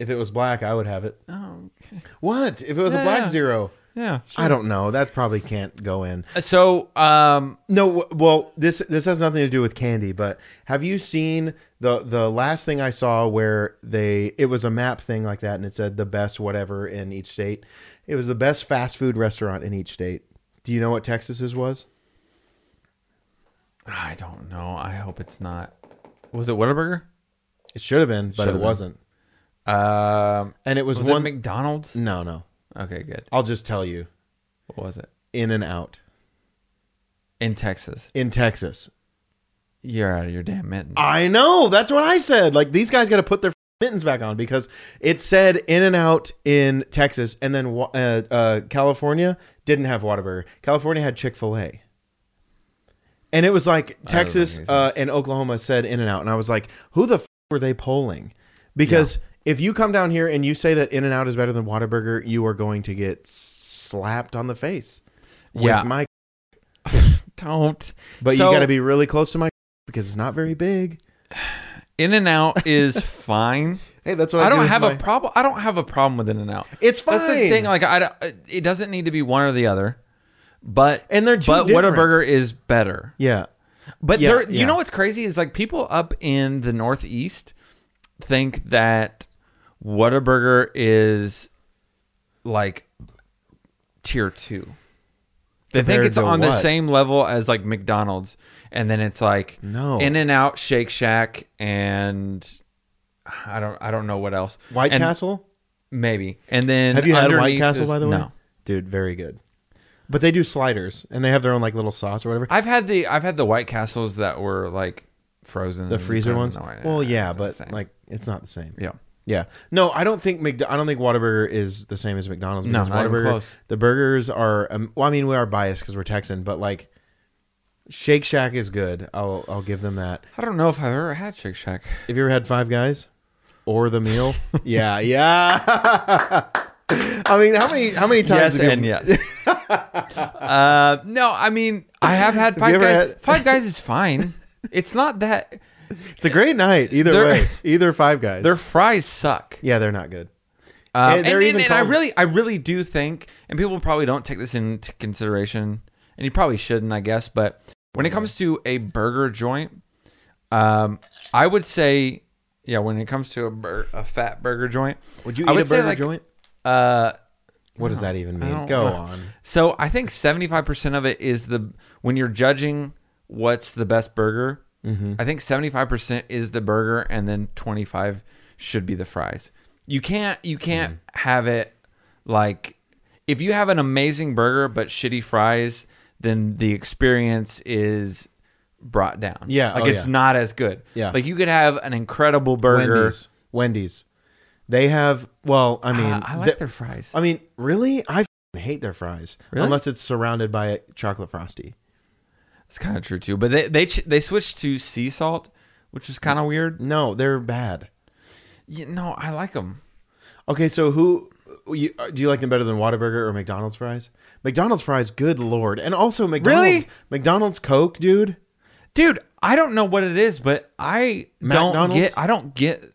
Speaker 2: If it was black, I would have it.
Speaker 1: Oh,
Speaker 2: What? If it was a
Speaker 1: Yeah.
Speaker 2: black zero?
Speaker 1: yeah.
Speaker 2: I don't know. That's probably can't go in.
Speaker 1: So, um,
Speaker 2: No, w- well, this this has nothing to do with candy, but have you seen the the last thing I saw where they it was a map thing like that, and it said the best whatever in each state. It was the best fast food restaurant in each state. Do you know what Texas's was?
Speaker 1: I don't know. I hope it's not. Was it Whataburger?
Speaker 2: It should have been, but
Speaker 1: Should've
Speaker 2: it
Speaker 1: been.
Speaker 2: wasn't.
Speaker 1: Um,
Speaker 2: And it was,
Speaker 1: was
Speaker 2: one.
Speaker 1: it McDonald's?
Speaker 2: no, no.
Speaker 1: Okay, good.
Speaker 2: I'll just tell you.
Speaker 1: What was it?
Speaker 2: In and out
Speaker 1: in Texas.
Speaker 2: in Texas.
Speaker 1: You're out of your damn mitten.
Speaker 2: I know. That's what I said. Like these guys got to put their mittens back on because it said In and Out in Texas, and then wa- uh, uh, California didn't have Whataburger. California had Chick Fil A, and it was like Texas
Speaker 1: make any
Speaker 2: uh, and Oklahoma said In and Out, and I was like, who the f- were they polling? Because if you come down here and you say that In and Out is better than Whataburger, you are going to get slapped on the face. With
Speaker 1: Yeah.
Speaker 2: my
Speaker 1: Don't.
Speaker 2: but
Speaker 1: So-
Speaker 2: you got to be really close to my because it's not very big.
Speaker 1: In and out is fine.
Speaker 2: Hey, that's what I,
Speaker 1: I
Speaker 2: do
Speaker 1: don't
Speaker 2: with
Speaker 1: have
Speaker 2: my-
Speaker 1: a problem. I don't have a problem with In and Out.
Speaker 2: It's fine.
Speaker 1: That's the thing. Like I, don't- it doesn't need to be one or the other. But
Speaker 2: And they're two
Speaker 1: but
Speaker 2: different.
Speaker 1: Whataburger is better.
Speaker 2: Yeah.
Speaker 1: But
Speaker 2: Yeah,
Speaker 1: there, you
Speaker 2: yeah.
Speaker 1: know what's crazy is like people up in the Northeast think that Whataburger is like tier two. They think
Speaker 2: Compared
Speaker 1: it's
Speaker 2: to
Speaker 1: on the
Speaker 2: what?
Speaker 1: same level as like McDonald's, and then it's like
Speaker 2: No.
Speaker 1: In and Out, Shake Shack, and I don't I don't know what else.
Speaker 2: White
Speaker 1: And
Speaker 2: Castle?
Speaker 1: maybe, and then
Speaker 2: Have you had White
Speaker 1: underneath
Speaker 2: Castle
Speaker 1: is-
Speaker 2: by the way?
Speaker 1: No,
Speaker 2: Dude, very good. But they do sliders and they have their own like little sauce or whatever.
Speaker 1: I've had the I've had the White Castles that were like frozen.
Speaker 2: the freezer ones. well, yeah, but
Speaker 1: like.
Speaker 2: like it's not the same.
Speaker 1: Yeah.
Speaker 2: Yeah. No, I don't think Mc, I don't think Whataburger is the same as McDonald's.
Speaker 1: No,
Speaker 2: because
Speaker 1: not even
Speaker 2: Whataburger-
Speaker 1: close.
Speaker 2: The burgers are. Um, well, I mean, we are biased because we're Texan, but like, Shake Shack is good. I'll I'll give them that.
Speaker 1: I don't know if I've ever had Shake Shack.
Speaker 2: Have you ever had Five Guys or the meal? yeah, yeah. I mean, how many how many times?
Speaker 1: Yes
Speaker 2: have you-
Speaker 1: and yes. uh, no, I mean I have had Five
Speaker 2: you ever
Speaker 1: Guys.
Speaker 2: had-
Speaker 1: Five Guys is fine. It's not that
Speaker 2: It's a great night either
Speaker 1: They're-
Speaker 2: way. Either Five Guys.
Speaker 1: their fries suck.
Speaker 2: yeah, they're not good.
Speaker 1: Um,
Speaker 2: And
Speaker 1: and
Speaker 2: they're
Speaker 1: and-
Speaker 2: even
Speaker 1: and I
Speaker 2: called-
Speaker 1: really, I really do think, and people probably don't take this into consideration, and you probably shouldn't, I guess. But when it comes to a burger joint, um, I would say, yeah, when it comes to a, bur- a fat burger joint,
Speaker 2: Would you
Speaker 1: I
Speaker 2: eat a
Speaker 1: say,
Speaker 2: burger
Speaker 1: like,
Speaker 2: joint?
Speaker 1: Uh,
Speaker 2: What does that even mean?
Speaker 1: don't
Speaker 2: Go
Speaker 1: know.
Speaker 2: on.
Speaker 1: so I think seventy-five percent of it is the when you're judging what's the best burger.
Speaker 2: Mm-hmm.
Speaker 1: I think seventy-five percent is the burger, and then twenty-five should be the fries. You can't you can't
Speaker 2: Mm-hmm.
Speaker 1: have it like if you have an amazing burger but shitty fries, then the experience is brought down.
Speaker 2: Yeah,
Speaker 1: like
Speaker 2: oh,
Speaker 1: it's
Speaker 2: yeah.
Speaker 1: not as good.
Speaker 2: Yeah.
Speaker 1: like you could have an incredible burger.
Speaker 2: Wendy's. Wendy's. They have. Well, I mean,
Speaker 1: Ah, I like
Speaker 2: the-
Speaker 1: their fries.
Speaker 2: I mean, really, I f***ing hate their fries
Speaker 1: Really?
Speaker 2: unless it's surrounded by a chocolate frosty.
Speaker 1: It's kind of true too, but they they ch- they switched to sea salt, which is kind of weird.
Speaker 2: No, they're bad.
Speaker 1: You no, I like them.
Speaker 2: Okay, so who you, uh, do you like them better than Whataburger or McDonald's fries? McDonald's fries, good lord, and also McDonald's McDonald's Coke, dude.
Speaker 1: dude. I don't know what it is, but I don't
Speaker 2: McDonald's?
Speaker 1: get I don't get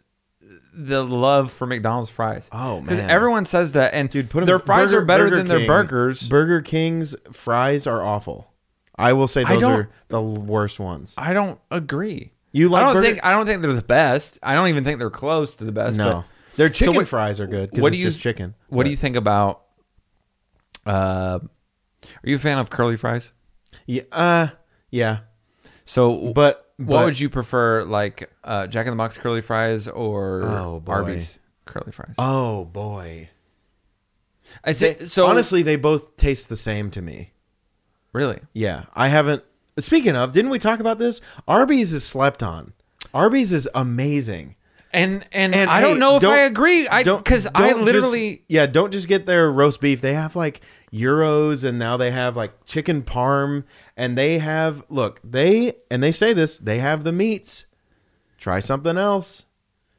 Speaker 1: the love for McDonald's fries.
Speaker 2: Oh,
Speaker 1: 'Cause
Speaker 2: man.
Speaker 1: everyone says that, and dude,
Speaker 2: Put 'em-
Speaker 1: their fries
Speaker 2: Burger-
Speaker 1: are better
Speaker 2: Burger
Speaker 1: than
Speaker 2: King.
Speaker 1: their burgers.
Speaker 2: Burger King's fries are awful. I will say
Speaker 1: I
Speaker 2: those
Speaker 1: don't-
Speaker 2: are the worst ones.
Speaker 1: I don't agree.
Speaker 2: You like
Speaker 1: I don't
Speaker 2: burger-
Speaker 1: think I don't think they're the best. I don't even think they're close to the best.
Speaker 2: No,
Speaker 1: but-
Speaker 2: their chicken
Speaker 1: what-
Speaker 2: fries are good. 'cause
Speaker 1: What do
Speaker 2: it's
Speaker 1: you
Speaker 2: just chicken?
Speaker 1: What do you think about? Uh, are you a fan of curly fries?
Speaker 2: Yeah, uh, yeah,
Speaker 1: So
Speaker 2: but, but
Speaker 1: what would you prefer, like uh, Jack in the Box curly fries or
Speaker 2: Oh, boy.
Speaker 1: Arby's curly fries?
Speaker 2: Oh boy.
Speaker 1: I say, so
Speaker 2: honestly, they both taste the same to me.
Speaker 1: really,
Speaker 2: Yeah, I haven't. Speaking of, didn't we talk about this? Arby's is slept on. Arby's is amazing.
Speaker 1: and and,
Speaker 2: And
Speaker 1: I
Speaker 2: hey,
Speaker 1: don't know if
Speaker 2: don't-
Speaker 1: I agree. I
Speaker 2: Don't
Speaker 1: because I
Speaker 2: don't just-
Speaker 1: literally
Speaker 2: yeah, don't just get their roast beef. They have like euros, and now they have like chicken parm, and they have look they and they say this they have the meats. Try something else.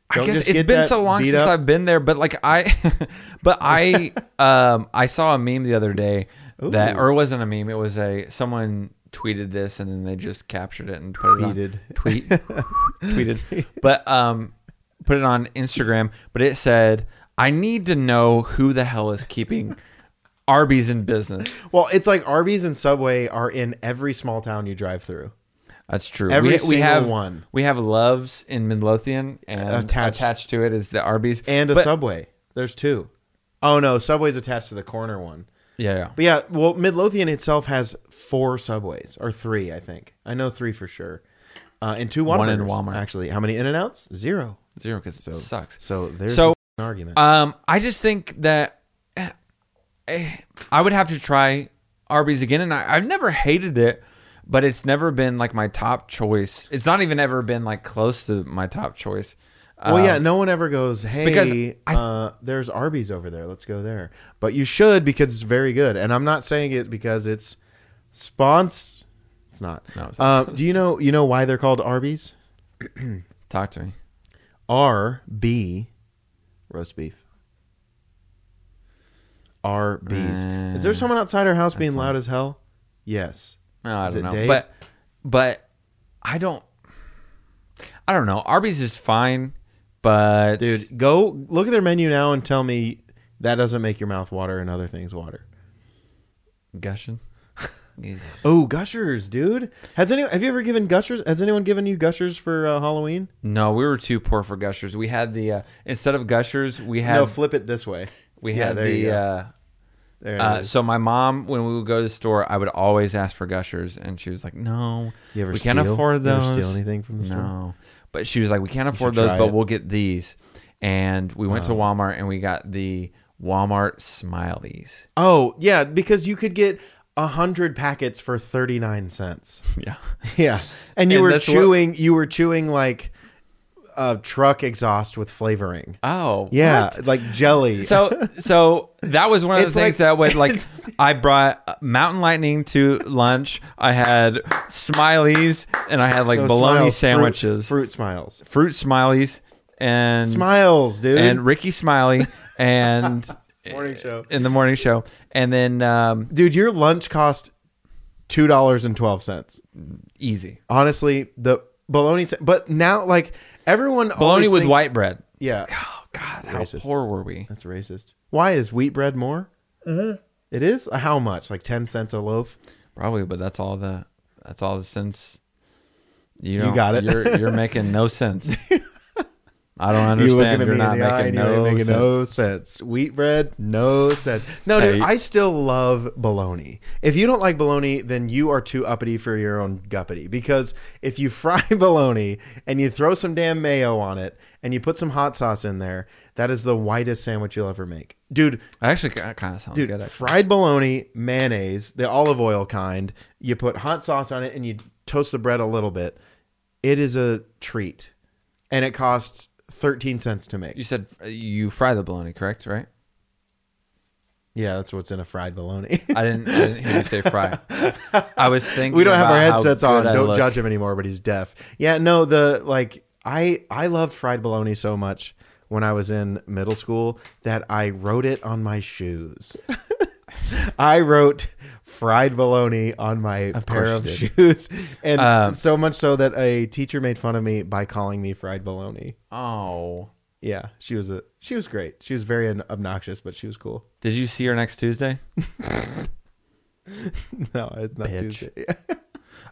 Speaker 1: I
Speaker 2: Don't
Speaker 1: guess
Speaker 2: just
Speaker 1: it's
Speaker 2: get
Speaker 1: been
Speaker 2: that
Speaker 1: so long
Speaker 2: beat
Speaker 1: since
Speaker 2: up-
Speaker 1: I've been there, but like I, but I, um, I saw a meme the other day that, or it wasn't a meme. It was a someone tweeted this and then they just captured it and put it on-
Speaker 2: Tweeted.
Speaker 1: tweet, tweeted, but um, put it on Instagram. But it said, "I need to know who the hell is keeping Arby's in business."
Speaker 2: Well, it's like Arby's and Subway are in every small town you drive through.
Speaker 1: That's true.
Speaker 2: Every
Speaker 1: we, we
Speaker 2: single
Speaker 1: have
Speaker 2: one.
Speaker 1: We have Loves in Midlothian, and attached,
Speaker 2: Attached.
Speaker 1: to it is the Arby's
Speaker 2: and a
Speaker 1: But-
Speaker 2: subway. There's two. Oh no, subway's attached to the corner one.
Speaker 1: Yeah, yeah.
Speaker 2: But yeah, well, Midlothian itself has four subways or three, I think. I know three for sure. Uh, and two Whataburgers,
Speaker 1: One in Walmart.
Speaker 2: Actually, how many In and Outs? Zero.
Speaker 1: Zero because it sucks.
Speaker 2: So there's
Speaker 1: So,
Speaker 2: so, an argument.
Speaker 1: Um, I just think that eh, eh, I would have to try Arby's again, and I, I've never hated it, but it's never been like my top choice. It's not even ever been like close to my top choice. Uh,
Speaker 2: well, yeah, no one ever goes, hey,
Speaker 1: because I-
Speaker 2: uh, there's Arby's over there. Let's go there. But you should because it's very good. And I'm not saying it because it's spons. It's not.
Speaker 1: No, it's
Speaker 2: Uh, do you know you know why they're called Arby's?
Speaker 1: talk to me.
Speaker 2: R B roast beef. R B's. Is
Speaker 1: Uh,
Speaker 2: there someone outside our house being loud as hell? Yes.
Speaker 1: No, I
Speaker 2: Is
Speaker 1: don't
Speaker 2: it
Speaker 1: know,
Speaker 2: Dave?
Speaker 1: but but I don't. I don't know. Arby's is fine, but
Speaker 2: Dude, go look at their menu now and tell me that doesn't make your mouth water and other things water.
Speaker 1: gushing. Yeah.
Speaker 2: Oh, gushers, dude. Has any have you ever given gushers? Has anyone given you gushers for uh, Halloween?
Speaker 1: No, we were too poor for gushers. We had the uh, instead of gushers, we had
Speaker 2: no, flip it this way.
Speaker 1: we
Speaker 2: Yeah,
Speaker 1: had
Speaker 2: there you
Speaker 1: the.
Speaker 2: go.
Speaker 1: Uh,
Speaker 2: There it
Speaker 1: Uh,
Speaker 2: is.
Speaker 1: so my mom, when we would go to the store, I would always ask for gushers, and she was like, "No,
Speaker 2: You ever
Speaker 1: we can't
Speaker 2: steal?
Speaker 1: afford
Speaker 2: You ever
Speaker 1: those.
Speaker 2: steal anything from the
Speaker 1: no.
Speaker 2: store?
Speaker 1: But she was like, "We can't afford
Speaker 2: should
Speaker 1: those,
Speaker 2: try
Speaker 1: but
Speaker 2: it. Oh.
Speaker 1: we'll get these." And we went to Walmart and we got the Walmart smileys.
Speaker 2: Oh, yeah, because you could get a hundred packets for thirty nine cents.
Speaker 1: Yeah,
Speaker 2: Yeah, and you
Speaker 1: And
Speaker 2: were
Speaker 1: that's what-
Speaker 2: chewing. you were chewing like a truck exhaust with flavoring.
Speaker 1: Oh,
Speaker 2: Yeah, like jelly.
Speaker 1: So so that was one of the
Speaker 2: It's
Speaker 1: things
Speaker 2: like-
Speaker 1: that was like I brought Mountain Lightning to lunch. I had smileys and I had like
Speaker 2: No,
Speaker 1: bologna
Speaker 2: smiles, fruit-
Speaker 1: sandwiches, fruit,
Speaker 2: fruit smiles,
Speaker 1: smileys, and
Speaker 2: smiles, dude.
Speaker 1: and Ricky Smiley and
Speaker 2: Morning show.
Speaker 1: in the morning show, and then um,
Speaker 2: dude, your lunch cost two dollars and twelve cents.
Speaker 1: easy
Speaker 2: Honestly, the bologna. sa- But now, like everyone,
Speaker 1: bologna
Speaker 2: always
Speaker 1: with
Speaker 2: thinks-
Speaker 1: white bread.
Speaker 2: Yeah,
Speaker 1: Oh God, how
Speaker 2: Racist.
Speaker 1: poor were we?
Speaker 2: that's racist. Why is wheat bread more? Mm-hmm. is. How much? Like ten cents a loaf.
Speaker 1: Probably, but that's all the that's all the sense. You, know,
Speaker 2: got it.
Speaker 1: You're you're making no sense. I don't understand.
Speaker 2: You looking at
Speaker 1: are
Speaker 2: me
Speaker 1: not
Speaker 2: in the eye,
Speaker 1: making,
Speaker 2: and you're
Speaker 1: no
Speaker 2: like, making
Speaker 1: sense.
Speaker 2: no sense. Wheat bread, no sense. No, dude,
Speaker 1: Hey.
Speaker 2: I still love bologna. If you don't like bologna, then you are too uppity for your own guppity. Because if you fry bologna and you throw some damn mayo on it and you put some hot sauce in there, that is the whitest sandwich you'll ever make, dude.
Speaker 1: Actually, that kind of sounds
Speaker 2: Dude,
Speaker 1: good. actually.
Speaker 2: fried bologna, mayonnaise, the olive oil kind. You put hot sauce on it and you toast the bread a little bit. It is a treat, and it costs thirteen cents to make.
Speaker 1: You said uh, you fry the bologna, correct? Right?
Speaker 2: Yeah, that's what's in a fried bologna.
Speaker 1: I didn't. I didn't hear you say fry. I was thinking
Speaker 2: we don't have our
Speaker 1: about how
Speaker 2: headsets on.
Speaker 1: good I
Speaker 2: Don't
Speaker 1: look.
Speaker 2: judge him anymore, but he's deaf. Yeah, no, the like I I loved fried bologna so much when I was in middle school that I wrote it on my shoes. I wrote fried bologna on my pair
Speaker 1: course
Speaker 2: of
Speaker 1: you
Speaker 2: shoes, and
Speaker 1: Um,
Speaker 2: so much so that a teacher made fun of me by calling me fried bologna.
Speaker 1: Oh,
Speaker 2: Yeah, she was a she was great. She was very obnoxious, but she was cool.
Speaker 1: did you see her next Tuesday?
Speaker 2: No, it's not
Speaker 1: Bitch.
Speaker 2: Tuesday.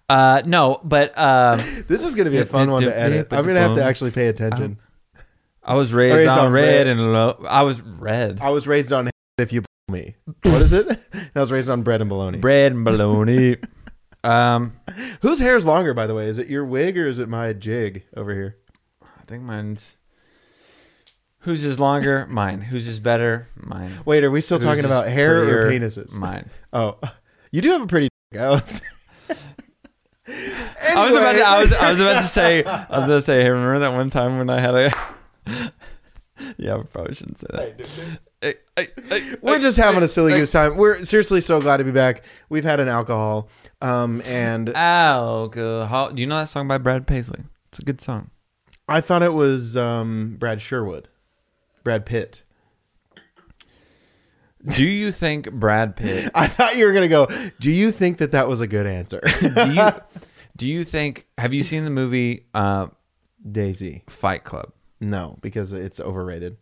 Speaker 1: Uh, no, but um,
Speaker 2: This is going to be a fun one to edit. I'm going to have to actually pay attention.
Speaker 1: I was raised,
Speaker 2: Raised
Speaker 1: on,
Speaker 2: on
Speaker 1: red,
Speaker 2: red.
Speaker 1: and low. I was red,
Speaker 2: I was raised on if you me. What is it? I was raised on bread and bologna.
Speaker 1: bread and bologna. um,
Speaker 2: Whose hair is longer, by the way? Is it your wig or is it my jig over here?
Speaker 1: I think mine's. Whose is longer? Mine. Whose is better? Mine.
Speaker 2: Wait, are we still
Speaker 1: Whose
Speaker 2: talking
Speaker 1: is
Speaker 2: about hair or
Speaker 1: prettier?
Speaker 2: penises?
Speaker 1: Mine.
Speaker 2: Oh, you do have a pretty dick, Alex.
Speaker 1: I was about to. I was.
Speaker 2: Anyway.
Speaker 1: I was about to say. I was about to say. Hey, remember that one time when I had a. yeah, I probably shouldn't say that. Hey, hey, hey,
Speaker 2: We're
Speaker 1: hey,
Speaker 2: just having
Speaker 1: hey,
Speaker 2: a silly
Speaker 1: hey.
Speaker 2: goose time. We're seriously so glad to be back. We've had an alcohol, um, and
Speaker 1: Alcohol. Do you know that song by Brad Paisley? It's a good song.
Speaker 2: I thought it was um, Brad Sherwood, Brad Pitt.
Speaker 1: Do you think Brad Pitt?
Speaker 2: I thought you were gonna go. Do you think that that was a good answer,
Speaker 1: Do you, do you think? Have you seen the movie uh,
Speaker 2: Daisy?
Speaker 1: Fight Club?
Speaker 2: No, because it's overrated.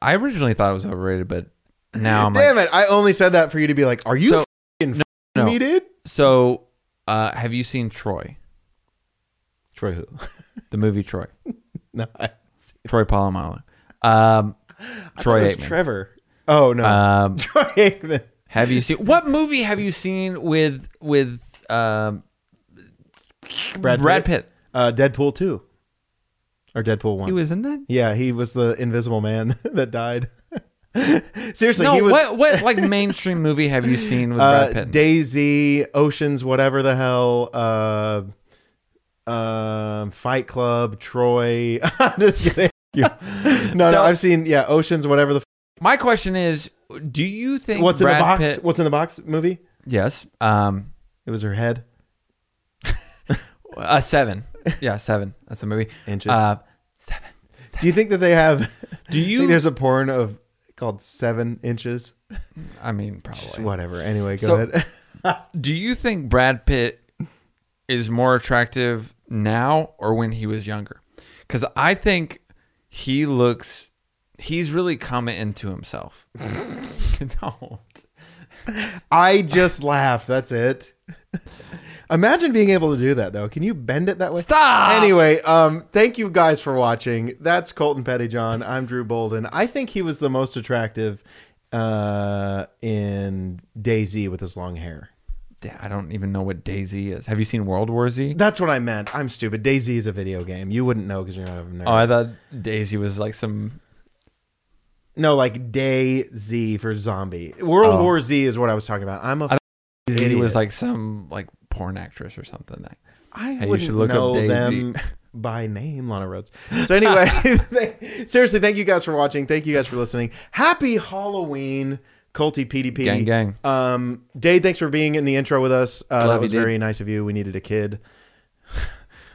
Speaker 1: I originally thought it was overrated, but now I'm like,
Speaker 2: Damn it! I only said that for you to be like, "Are you
Speaker 1: So-
Speaker 2: f***ing f***ing
Speaker 1: no.
Speaker 2: me, dude?"
Speaker 1: so uh, have you seen Troy?
Speaker 2: Troy who?
Speaker 1: The movie Troy.
Speaker 2: no, I,
Speaker 1: Troy Polamalu. Um, Troy
Speaker 2: Troy was
Speaker 1: Aikman.
Speaker 2: Trevor. Oh no,
Speaker 1: um,
Speaker 2: Troy Aikman.
Speaker 1: Have you seen what movie have you seen with with um,
Speaker 2: Brad
Speaker 1: Brad Pitt?
Speaker 2: Uh, Deadpool two, or Deadpool one.
Speaker 1: He was in that.
Speaker 2: yeah, he was the Invisible Man that died. Seriously,
Speaker 1: no,
Speaker 2: he was
Speaker 1: what what like mainstream movie have you seen with Brad
Speaker 2: uh,
Speaker 1: Pitt?
Speaker 2: Daisy, Oceans, whatever the hell. Uh, um, Fight Club, Troy. I'm just kidding. No,
Speaker 1: So-
Speaker 2: no, I've seen yeah, Oceans, whatever the
Speaker 1: My question is, do you think
Speaker 2: What's
Speaker 1: Brad
Speaker 2: in the box?
Speaker 1: Pitt?
Speaker 2: What's in the box movie?
Speaker 1: Yes, um,
Speaker 2: It was her head.
Speaker 1: a seven. Yeah, seven. That's a movie.
Speaker 2: Inches.
Speaker 1: Uh, seven.
Speaker 2: Do you think that they have?
Speaker 1: Do
Speaker 2: I think
Speaker 1: you?
Speaker 2: there's a porn of called seven inches.
Speaker 1: I mean,
Speaker 2: Just
Speaker 1: probably.
Speaker 2: whatever. Anyway, go
Speaker 1: So-
Speaker 2: ahead.
Speaker 1: Do you think Brad Pitt is more attractive now or when he was younger? Because I think he looks, he's really come into himself. no.
Speaker 2: I just laughed. That's it. Imagine being able to do that though. Can you bend it that way?
Speaker 1: Stop!
Speaker 2: Anyway, um, thank you guys for watching. That's Colton Pettyjohn. I'm Drew Bolden. I think he was the most attractive uh, in Daisy with his long hair.
Speaker 1: Yeah, I don't even know what Daisy is. Have you seen World War Z?
Speaker 2: That's what I meant. I'm stupid. Daisy is a video game. You wouldn't know because you're not a nerd.
Speaker 1: Oh, I thought Daisy was like some.
Speaker 2: No, like Day Z for zombie. World
Speaker 1: Oh.
Speaker 2: War Z is what I was talking about. I'm a. I,
Speaker 1: Daisy
Speaker 2: Idiot.
Speaker 1: was like some like porn actress or something. Like,
Speaker 2: I
Speaker 1: hey, you
Speaker 2: wouldn't
Speaker 1: should look up
Speaker 2: know
Speaker 1: Daisy.
Speaker 2: them by name, Lana Rhodes. So anyway, th- seriously, thank you guys for watching. Thank you guys for listening. Happy Halloween, Culty PDP.
Speaker 1: Gang, gang.
Speaker 2: Um, Dade, thanks for being in the intro with us. Uh, that
Speaker 1: Love you,
Speaker 2: was
Speaker 1: dude.
Speaker 2: very nice of you. We needed a kid.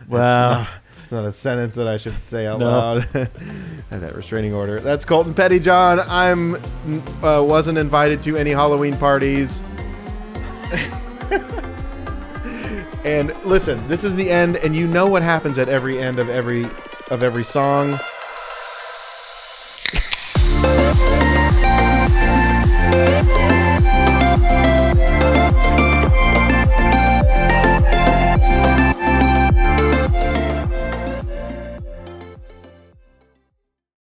Speaker 1: Well,
Speaker 2: It's not a sentence that I should say out loud. And that restraining order. That's Colton Petty John. I'm uh, wasn't invited to any Halloween parties. and listen, this is the end, and you know what happens at every end of every of every song.